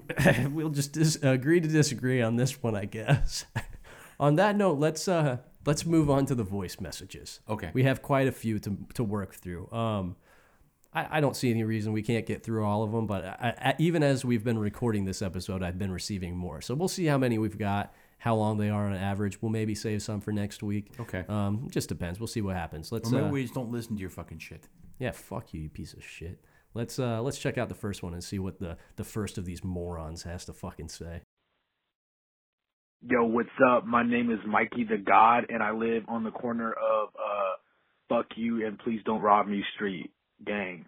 [SPEAKER 3] we'll just dis- agree to disagree on this one, I guess. on that note, let's uh let's move on to the voice messages.
[SPEAKER 2] Okay.
[SPEAKER 3] We have quite a few to to work through. Um I, I don't see any reason we can't get through all of them, but I, I, even as we've been recording this episode, I've been receiving more. So we'll see how many we've got, how long they are on average. We'll maybe save some for next week.
[SPEAKER 2] Okay.
[SPEAKER 3] Um, just depends. We'll see what happens. Let's.
[SPEAKER 2] or maybe
[SPEAKER 3] uh,
[SPEAKER 2] we just don't listen to your fucking shit
[SPEAKER 3] yeah, fuck you, you piece of shit. Let's uh let's check out the first one and see what the the first of these morons has to fucking say.
[SPEAKER 7] Yo, what's up? My name is Mikey the God, and I live on the corner of uh, Fuck You and Please Don't Rob Me Street, gang.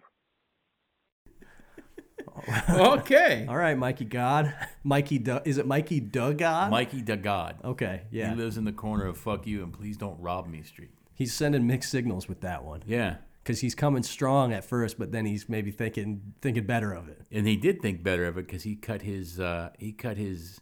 [SPEAKER 5] Okay.
[SPEAKER 3] All right, Mikey God, Mikey du- is it Mikey Duh God?
[SPEAKER 2] mikey da god
[SPEAKER 3] Okay, Uh, yeah,
[SPEAKER 2] he lives in the corner of fuck you and please don't rob me street
[SPEAKER 3] he's sending mixed signals with that one
[SPEAKER 2] yeah
[SPEAKER 3] because he's coming strong at first, but then he's maybe thinking thinking better of it.
[SPEAKER 2] and he did think better of it because he cut his uh he cut his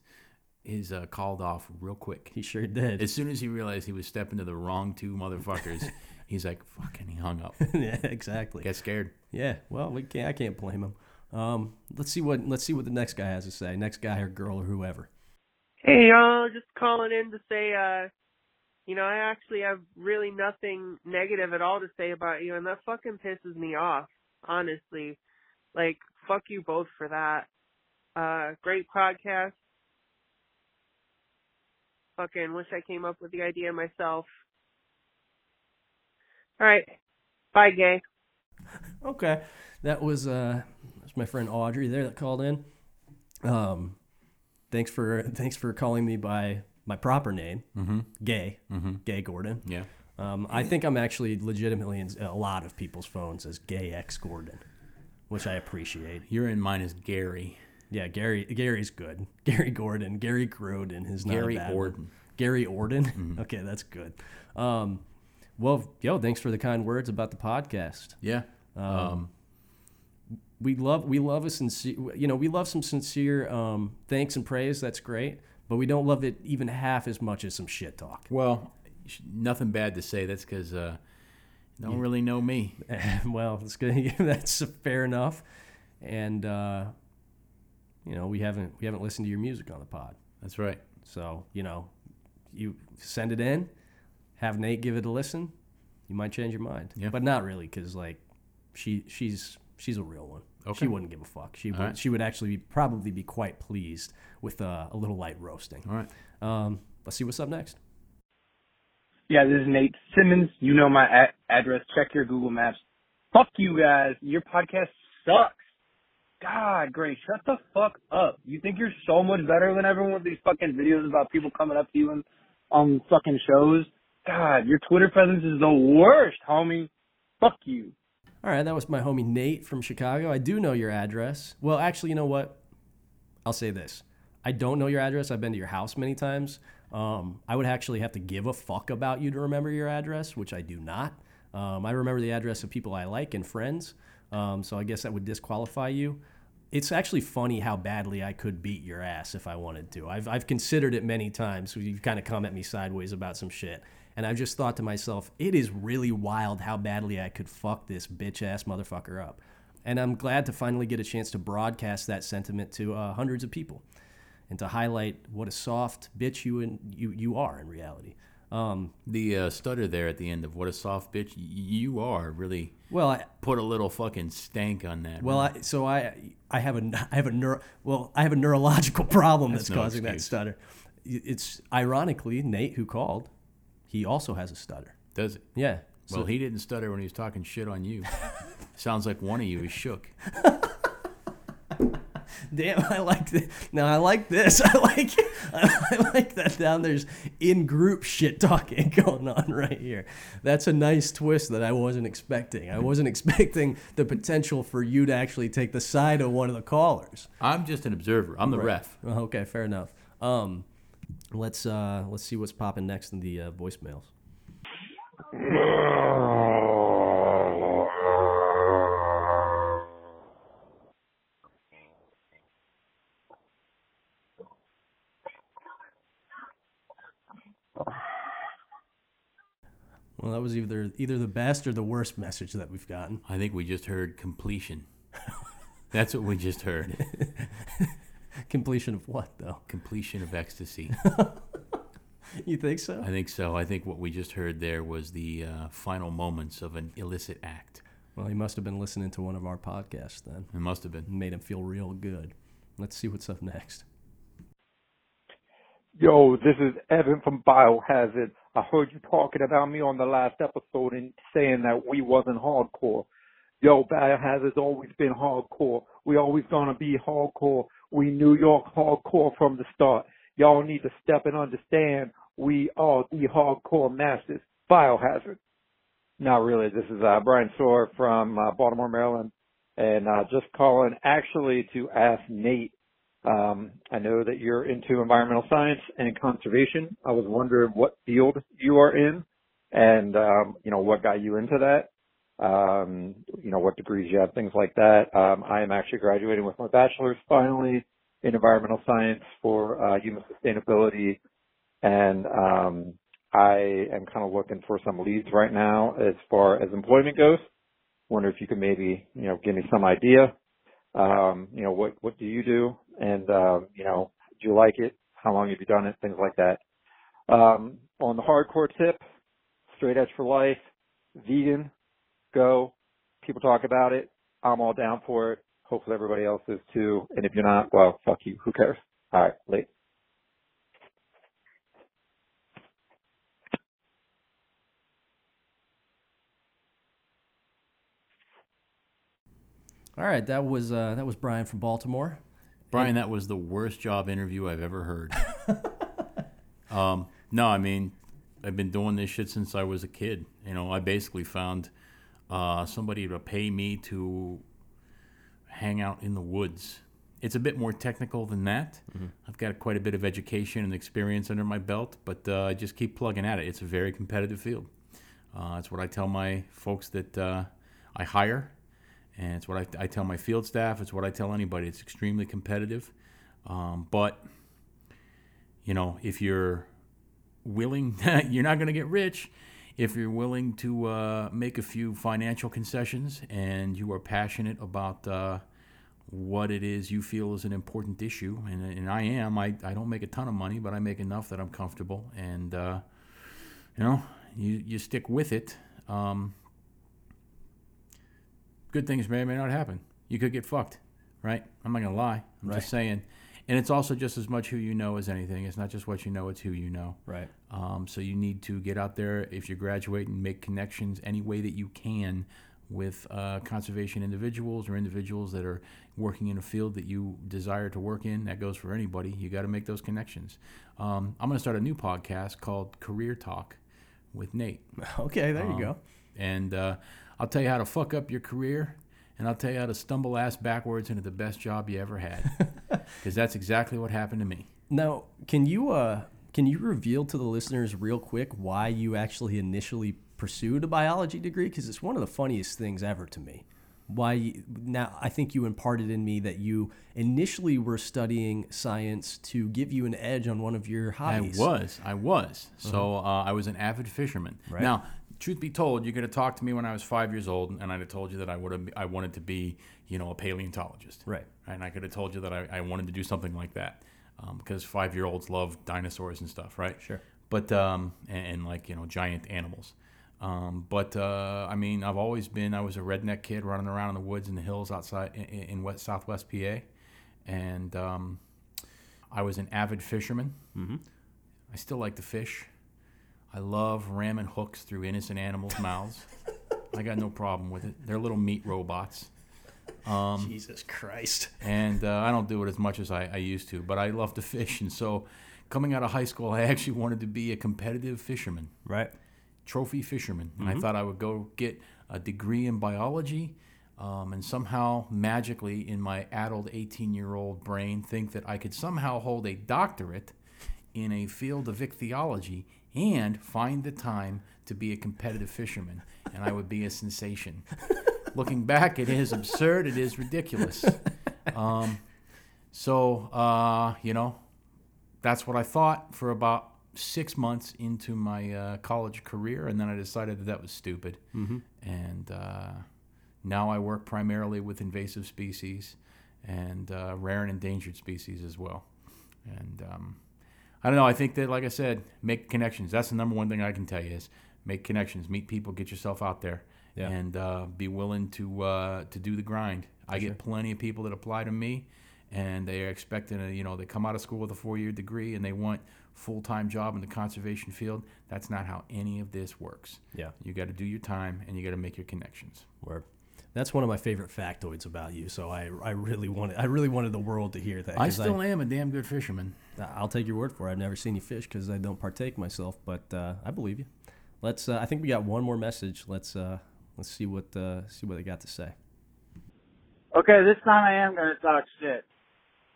[SPEAKER 2] his uh called off real quick
[SPEAKER 3] He sure did.
[SPEAKER 2] As soon as he realized he was stepping to the wrong two motherfuckers, he's like, fucking, he hung up.
[SPEAKER 3] yeah, exactly.
[SPEAKER 2] Got scared.
[SPEAKER 3] Yeah, well, we can't, I can't blame him. Um, let's see what let's see what the next guy has to say. Next guy or girl or whoever.
[SPEAKER 8] Hey y'all, just calling in to say, uh, you know, I actually have really nothing negative at all to say about you, and that fucking pisses me off, honestly. Like, fuck you both for that. Uh, great podcast. Fucking wish I came up with the idea myself. Alright. Bye, gay.
[SPEAKER 3] Okay, that was uh, that's my friend Audrey there that called in. Um, thanks for thanks for calling me by my proper name, mm-hmm. Gay, Gay Gordon.
[SPEAKER 2] Yeah.
[SPEAKER 3] Um, I think I'm actually legitimately in a lot of people's phones as Gay X Gordon, which I appreciate.
[SPEAKER 2] You're in mine is Gary.
[SPEAKER 3] Yeah, Gary Gary's good. Gary Gordon, Gary Grodin is not a
[SPEAKER 2] Gary
[SPEAKER 3] bad one.
[SPEAKER 2] Gordon.
[SPEAKER 3] Gary Orden. Mm-hmm. Okay, that's good. Um, well, yo, thanks for the kind words about the podcast.
[SPEAKER 2] Yeah.
[SPEAKER 3] we love we love a sincere you know we love some sincere um, thanks and praise that's great but we don't love it even half as much as some shit talk
[SPEAKER 2] Well, sh- nothing bad to say. That's because uh, don't really know me.
[SPEAKER 3] well it's good that's fair enough and uh, you know we haven't we haven't listened to your music on the pod
[SPEAKER 2] That's right.
[SPEAKER 3] so you know you send it in have Nate give it a listen you might change your mind
[SPEAKER 2] Yeah.
[SPEAKER 3] but not really because like she she's she's a real one
[SPEAKER 2] Okay.
[SPEAKER 3] she wouldn't give a fuck she would,
[SPEAKER 2] right.
[SPEAKER 3] she would actually be, probably be quite pleased with uh, a little light roasting
[SPEAKER 2] All right.
[SPEAKER 3] Um, let's see what's up next.
[SPEAKER 9] Yeah, this is Nate Simmons. You know my a- address. Check your Google Maps. Fuck you guys. Your podcast sucks. God, Gray, shut the fuck up. You think you're so much better than everyone with these fucking videos about people coming up to you and on fucking shows. God, your Twitter presence is the worst, homie. Fuck you.
[SPEAKER 3] All right, that was my homie Nate from Chicago. I do know your address. Well, actually, you know what? I'll say this. I don't know your address. I've been to your house many times. Um, I would actually have to give a fuck about you to remember your address, which I do not. Um, I remember the address of people I like and friends, um, so I guess that would disqualify you. It's actually funny how badly I could beat your ass if I wanted to. I've, I've considered it many times. You've kind of come at me sideways about some shit. And I've just thought to myself, it is really wild how badly I could fuck this bitch ass motherfucker up. And I'm glad to finally get a chance to broadcast that sentiment to uh, hundreds of people. and to highlight what a soft bitch you in, you you are in reality. Um,
[SPEAKER 2] The uh, stutter there at the end of "What a soft bitch y- you are" really
[SPEAKER 3] well, I,
[SPEAKER 2] put a little fucking stank on that.
[SPEAKER 3] well,
[SPEAKER 2] right?
[SPEAKER 3] I, so I I have a I have a neuro, well I have a neurological problem that's,
[SPEAKER 2] no
[SPEAKER 3] causing that
[SPEAKER 2] excuse.
[SPEAKER 3] stutter. It's ironically Nate who called, he also has a stutter.
[SPEAKER 2] does it?
[SPEAKER 3] Yeah. So
[SPEAKER 2] Well, he didn't stutter when he was talking shit on you. Sounds like one of you is shook.
[SPEAKER 3] Damn, I like th- now. I like this. I like I like that down there's in group shit talking going on right here. That's a nice twist that I wasn't expecting. I wasn't expecting the potential for you to actually take the side of one of the callers.
[SPEAKER 2] I'm just an observer. I'm the ref.
[SPEAKER 3] Well, Okay, fair enough. Um, let's uh, let's see what's popping next in the uh, voicemails. Well, that was either either the best or the worst message that we've gotten.
[SPEAKER 2] I think we just heard completion. That's what we just heard.
[SPEAKER 3] Completion of what though?
[SPEAKER 2] Completion of ecstasy.
[SPEAKER 3] You think so?
[SPEAKER 2] I think so. I think what we just heard there was the uh, final moments of an illicit act.
[SPEAKER 3] Well, he must have been listening to one of our podcasts then.
[SPEAKER 2] It must have been.
[SPEAKER 3] Made him feel real good. Let's see what's up next.
[SPEAKER 10] Yo, this is Evan from Biohazard. I heard you talking about me on the last episode and saying that we wasn't hardcore. Yo, Biohazard's always been hardcore. We always gonna be hardcore. We New York hardcore from the start. Y'all need to step and understand we are the hardcore masters. Biohazard. Not really. This is uh, Brian Soar from uh, Baltimore, Maryland, and uh, just calling actually to ask Nate um, I know that you're into environmental science and conservation. I was wondering what field you are in, and um, you know what got you into that. Um, you know what degrees you have, things like that. Um, I am actually graduating with my bachelor's finally in environmental science for uh, human sustainability, and um, I am kind of looking for some leads right now as far as employment goes. Wonder if you could maybe you know give me some idea um, you know, what, what do you do? And, um, you know, do you like it? How long have you done it? Things like that. Um, on the hardcore tip, straight edge for life, vegan, go. People talk about it. I'm all down for it. Hopefully everybody else is too. And if you're not, well, fuck you. Who cares? All right, late.
[SPEAKER 3] All right, that was uh, that was Brian from Baltimore.
[SPEAKER 2] Brian, that was the worst job interview I've ever heard. um, no, I mean, I've been doing this shit since I was a kid. You know, I basically found uh, somebody to pay me to hang out in the woods. It's a bit more technical than that. I've got quite a bit of education and experience under my belt, but uh, I just keep plugging at it. It's a very competitive field. Uh, it's what I tell my folks that uh, I hire, and it's what I, I tell my field staff. It's what I tell anybody. It's extremely competitive, um, but you know if you're willing, you're not going to get rich. If you're willing to uh, make a few financial concessions and you are passionate about uh, what it is you feel is an important issue, and, and I am, I, I don't make a ton of money, but I make enough that I'm comfortable. And uh, you know, you, you stick with it. Um, good things may or may not happen. You could get fucked, right? I'm not gonna lie. I'm just saying. And it's also just as much who you know as anything. It's not just what you know; it's who you know.
[SPEAKER 3] Right.
[SPEAKER 2] Um, so you need to get out there if you graduate and make connections any way that you can with uh, conservation individuals or individuals that are working in a field that you desire to work in. That goes for anybody. You got to make those connections. Um, I'm going to start a new podcast called Career Talk with Nate.
[SPEAKER 3] Okay, there you go.
[SPEAKER 2] And uh, I'll tell you how to fuck up your career, and I'll tell you how to stumble ass backwards into the best job you ever had. Because that's exactly what happened to me.
[SPEAKER 3] Now, can you uh, can you reveal to the listeners real quick why you actually initially pursued a biology degree? Because it's one of the funniest things ever to me. Why you, now? I think you imparted in me that you initially were studying science to give you an edge on one of your
[SPEAKER 2] I
[SPEAKER 3] hobbies.
[SPEAKER 2] was. I was. So uh, I was an avid fisherman.
[SPEAKER 3] Right.
[SPEAKER 2] Now, truth be told, you could have talked to me when I was five years old, and I'd have told you that I would have. I wanted to be, you know, a paleontologist.
[SPEAKER 3] Right.
[SPEAKER 2] And I could have told you that I, I wanted to do something like that. because five year olds love dinosaurs and stuff, right?
[SPEAKER 3] Sure.
[SPEAKER 2] But um, and, and like you know giant animals. Um, but uh, I mean, I've always been I was a redneck kid running around in the woods and the hills outside in, in west Southwest PA, and um, I was an avid fisherman.
[SPEAKER 3] Mhm.
[SPEAKER 2] I still like to fish. I love ramming hooks through innocent animals' mouths. I got no problem with it. They're little meat robots. Um,
[SPEAKER 3] Jesus Christ.
[SPEAKER 2] and uh, I don't do it as much as I, I used to, but I love to fish. And so, coming out of high school, I actually wanted to be a competitive fisherman,
[SPEAKER 3] right?
[SPEAKER 2] Trophy fisherman. And I
[SPEAKER 3] Mhm.
[SPEAKER 2] thought I would go get a degree in biology, um, and somehow magically, in my addled 18-year-old brain, think that I could somehow hold a doctorate in a field of ichthyology and find the time to be a competitive fisherman, and I would be a sensation. Looking back, it is absurd. It is ridiculous. Um, so uh, you know, that's what I thought for about six months into my uh, college career, and then I decided that that was stupid.
[SPEAKER 3] Mhm.
[SPEAKER 2] And uh, now I work primarily with invasive species and uh, rare and endangered species as well. And um, I don't know. I think that, like I said, make connections. That's the number one thing I can tell you is make connections, meet people, get yourself out there,
[SPEAKER 3] Yeah.
[SPEAKER 2] and uh, be willing to uh, to do the grind. I
[SPEAKER 3] Sure.
[SPEAKER 2] get plenty of people that apply to me, and they are expecting a, you know they come out of school with a four year degree and they want full time job in the conservation field. That's not how any of this works.
[SPEAKER 3] Yeah.
[SPEAKER 2] you got to do your time and you got to make your connections.
[SPEAKER 3] Word. That's one of my favorite factoids about you. So I, I really wanted I really wanted the world to hear that.
[SPEAKER 2] I
[SPEAKER 3] 'cause
[SPEAKER 2] still am a damn good fisherman.
[SPEAKER 3] I'll take your word for it. I've never seen you fish because I don't partake myself, but uh, I believe you. Let's. Uh, I think we got one more message. Let's uh, let's see what uh, see what they got to say.
[SPEAKER 11] Okay, this time I am going to talk shit.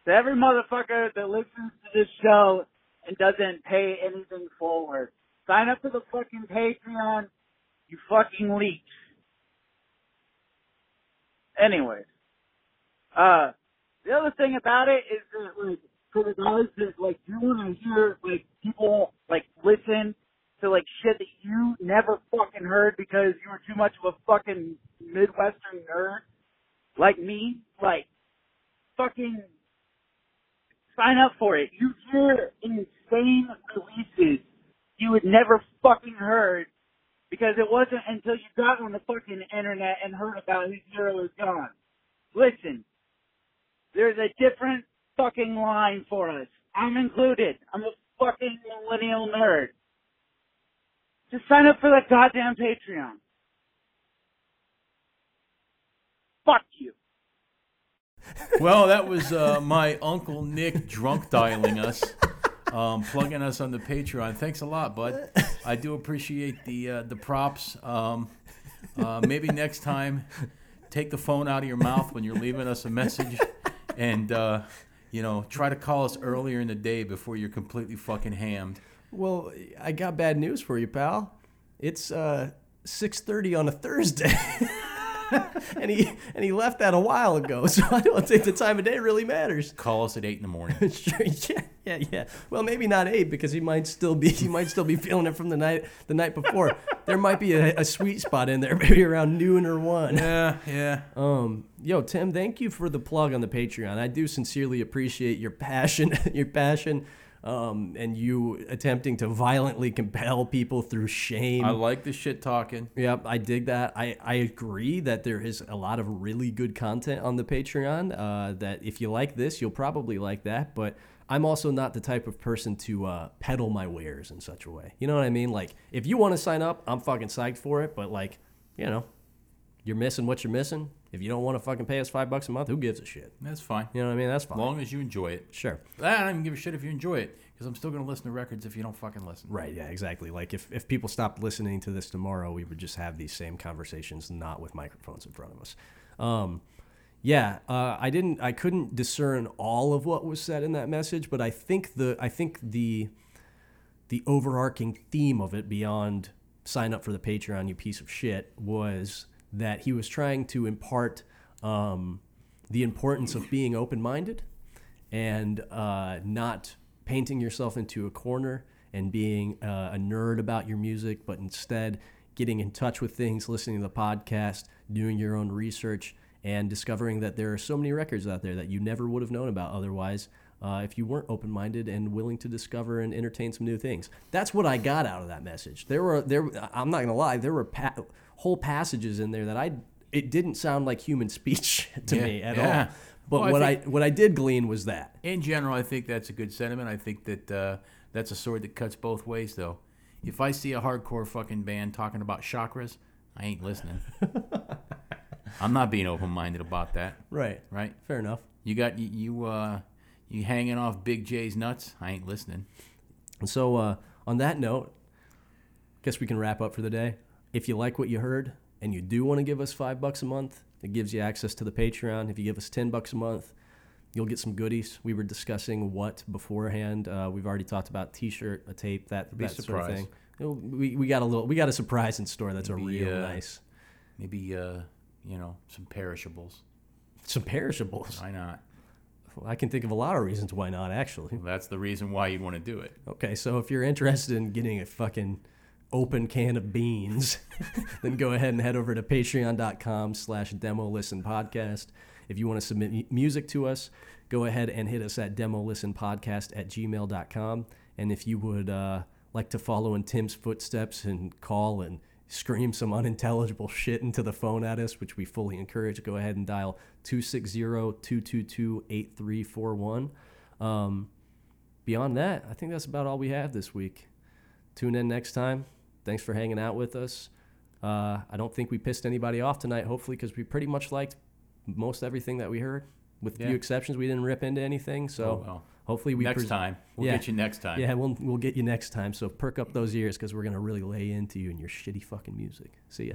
[SPEAKER 11] To every motherfucker that listens to this show and doesn't pay anything forward, sign up for the fucking Patreon, you fucking leech. Anyways, uh, the other thing about it is that, like, for the dollars that, like, you want to hear, like, people, like, listen to, like, shit that you never fucking heard because you were too much of a fucking Midwestern nerd like me, like fucking sign up for it. You hear insane releases you had never fucking heard because it wasn't until you got on the fucking internet and heard about who Zero is gone. Listen, there's a different fucking line for us. I'm included. I'm a fucking millennial nerd. Just sign up for the goddamn Patreon. Fuck you.
[SPEAKER 2] Well, that was uh, my Uncle Nick drunk dialing us, um, plugging us on the Patreon. Thanks a lot, bud. I do appreciate the uh, the props. Um, uh, maybe next time, take the phone out of your mouth when you're leaving us a message, and uh, you know try to call us earlier in the day before you're completely fucking hammed.
[SPEAKER 3] Well, I got bad news for you, pal. It's uh, six thirty on a Thursday, and he and he left that a while ago. So I don't think the time of day really matters.
[SPEAKER 2] Call us at eight in the morning.
[SPEAKER 3] sure, yeah, yeah, yeah. Well, maybe not eight because he might still be he might still be feeling it from the night the night before. there might be a, a sweet spot in there, maybe around noon or one.
[SPEAKER 2] Yeah, yeah.
[SPEAKER 3] Um, yo, Tim, thank you for the plug on the Patreon. I do sincerely appreciate your passion, your passion, um, and you attempting to violently compel people through shame.
[SPEAKER 2] I like the shit talking.
[SPEAKER 3] Yep, I dig that. I, I agree that there is a lot of really good content on the Patreon. Uh, that if you like this, you'll probably like that. But I'm also not the type of person to uh, peddle my wares in such a way. You know what I mean? Like, if you want to sign up, I'm fucking psyched for it. But like, you know, you're missing what you're missing. If you don't want to fucking pay us five bucks a month, who gives a shit?
[SPEAKER 2] That's fine.
[SPEAKER 3] You know what I mean? That's fine.
[SPEAKER 2] long as you enjoy it.
[SPEAKER 3] Sure.
[SPEAKER 2] I don't even give a shit if you enjoy it because I'm still gonna listen to records if you don't fucking listen.
[SPEAKER 3] Right, yeah, exactly. Like if, if people stopped listening to this tomorrow, we would just have these same conversations, not with microphones in front of us. Um, yeah, uh, I didn't, I couldn't discern all of what was said in that message, but I think the, I think the, the overarching theme of it beyond sign up for the Patreon, you piece of shit, was that he was trying to impart um, the importance of being open minded and uh, not painting yourself into a corner and being uh, a nerd about your music, but instead getting in touch with things, listening to the podcast, doing your own research, and discovering that there are so many records out there that you never would have known about otherwise. uh, if you weren't open minded and willing to discover and entertain some new things. That's what I got out of that message. There were there I'm not gonna lie, there were pa- whole passages in there that I it didn't sound like human speech to
[SPEAKER 2] Yeah,
[SPEAKER 3] me at
[SPEAKER 2] yeah.
[SPEAKER 3] all. But
[SPEAKER 2] Well, I
[SPEAKER 3] what
[SPEAKER 2] think-
[SPEAKER 3] I what I did glean was that.
[SPEAKER 2] In general, I think that's a good sentiment. I think that uh, that's a sword that cuts both ways, though. If I see a hardcore fucking band talking about chakras, I ain't listening. I'm not being open-minded about that.
[SPEAKER 3] Right.
[SPEAKER 2] Right.
[SPEAKER 3] Fair enough.
[SPEAKER 2] You got you you, uh, you hanging off Big J's nuts? I ain't listening.
[SPEAKER 3] And so, uh, on that note, guess we can wrap up for the day. If you like what you heard and you do want to give us five bucks a month, it gives you access to the Patreon. If you give us ten bucks a month, you'll get some goodies. We were discussing what beforehand. Uh, we've already talked about T-shirt, a tape, that,
[SPEAKER 2] Be
[SPEAKER 3] that sort of
[SPEAKER 2] surprised.
[SPEAKER 3] thing. It'll- We, we got a little we got a surprise in store. That's a
[SPEAKER 2] Maybe,
[SPEAKER 3] real
[SPEAKER 2] uh,
[SPEAKER 3] nice
[SPEAKER 2] Maybe uh, you know some perishables.
[SPEAKER 3] some perishables.
[SPEAKER 2] Why not?
[SPEAKER 3] I can think of a lot of reasons why not actually.
[SPEAKER 2] That's the reason why you'd want to do it.
[SPEAKER 3] Okay, so if you're interested in getting a fucking open can of beans, then go ahead and head over to patreon.com slash demo listen podcast. If you want to submit mu- music to us, go ahead and hit us at demo listen podcast at gmail.com. And if you would uh, like to follow in Tim's footsteps and call and scream some unintelligible shit into the phone at us, which we fully encourage, go ahead and dial 260 222 8341 beyond that, I think that's about all we have this week. Tune in next time. Thanks for hanging out with us. Uh, I don't think we pissed anybody off tonight, hopefully, because we pretty much liked most everything that we heard. With
[SPEAKER 2] Yeah.
[SPEAKER 3] few exceptions, we didn't rip into anything. So
[SPEAKER 2] Oh, well.
[SPEAKER 3] hopefully we
[SPEAKER 2] Next time. We'll get you next time.
[SPEAKER 3] Yeah, we'll we'll get you next time. So perk up those ears because we're gonna really lay into you and your shitty fucking music. See ya.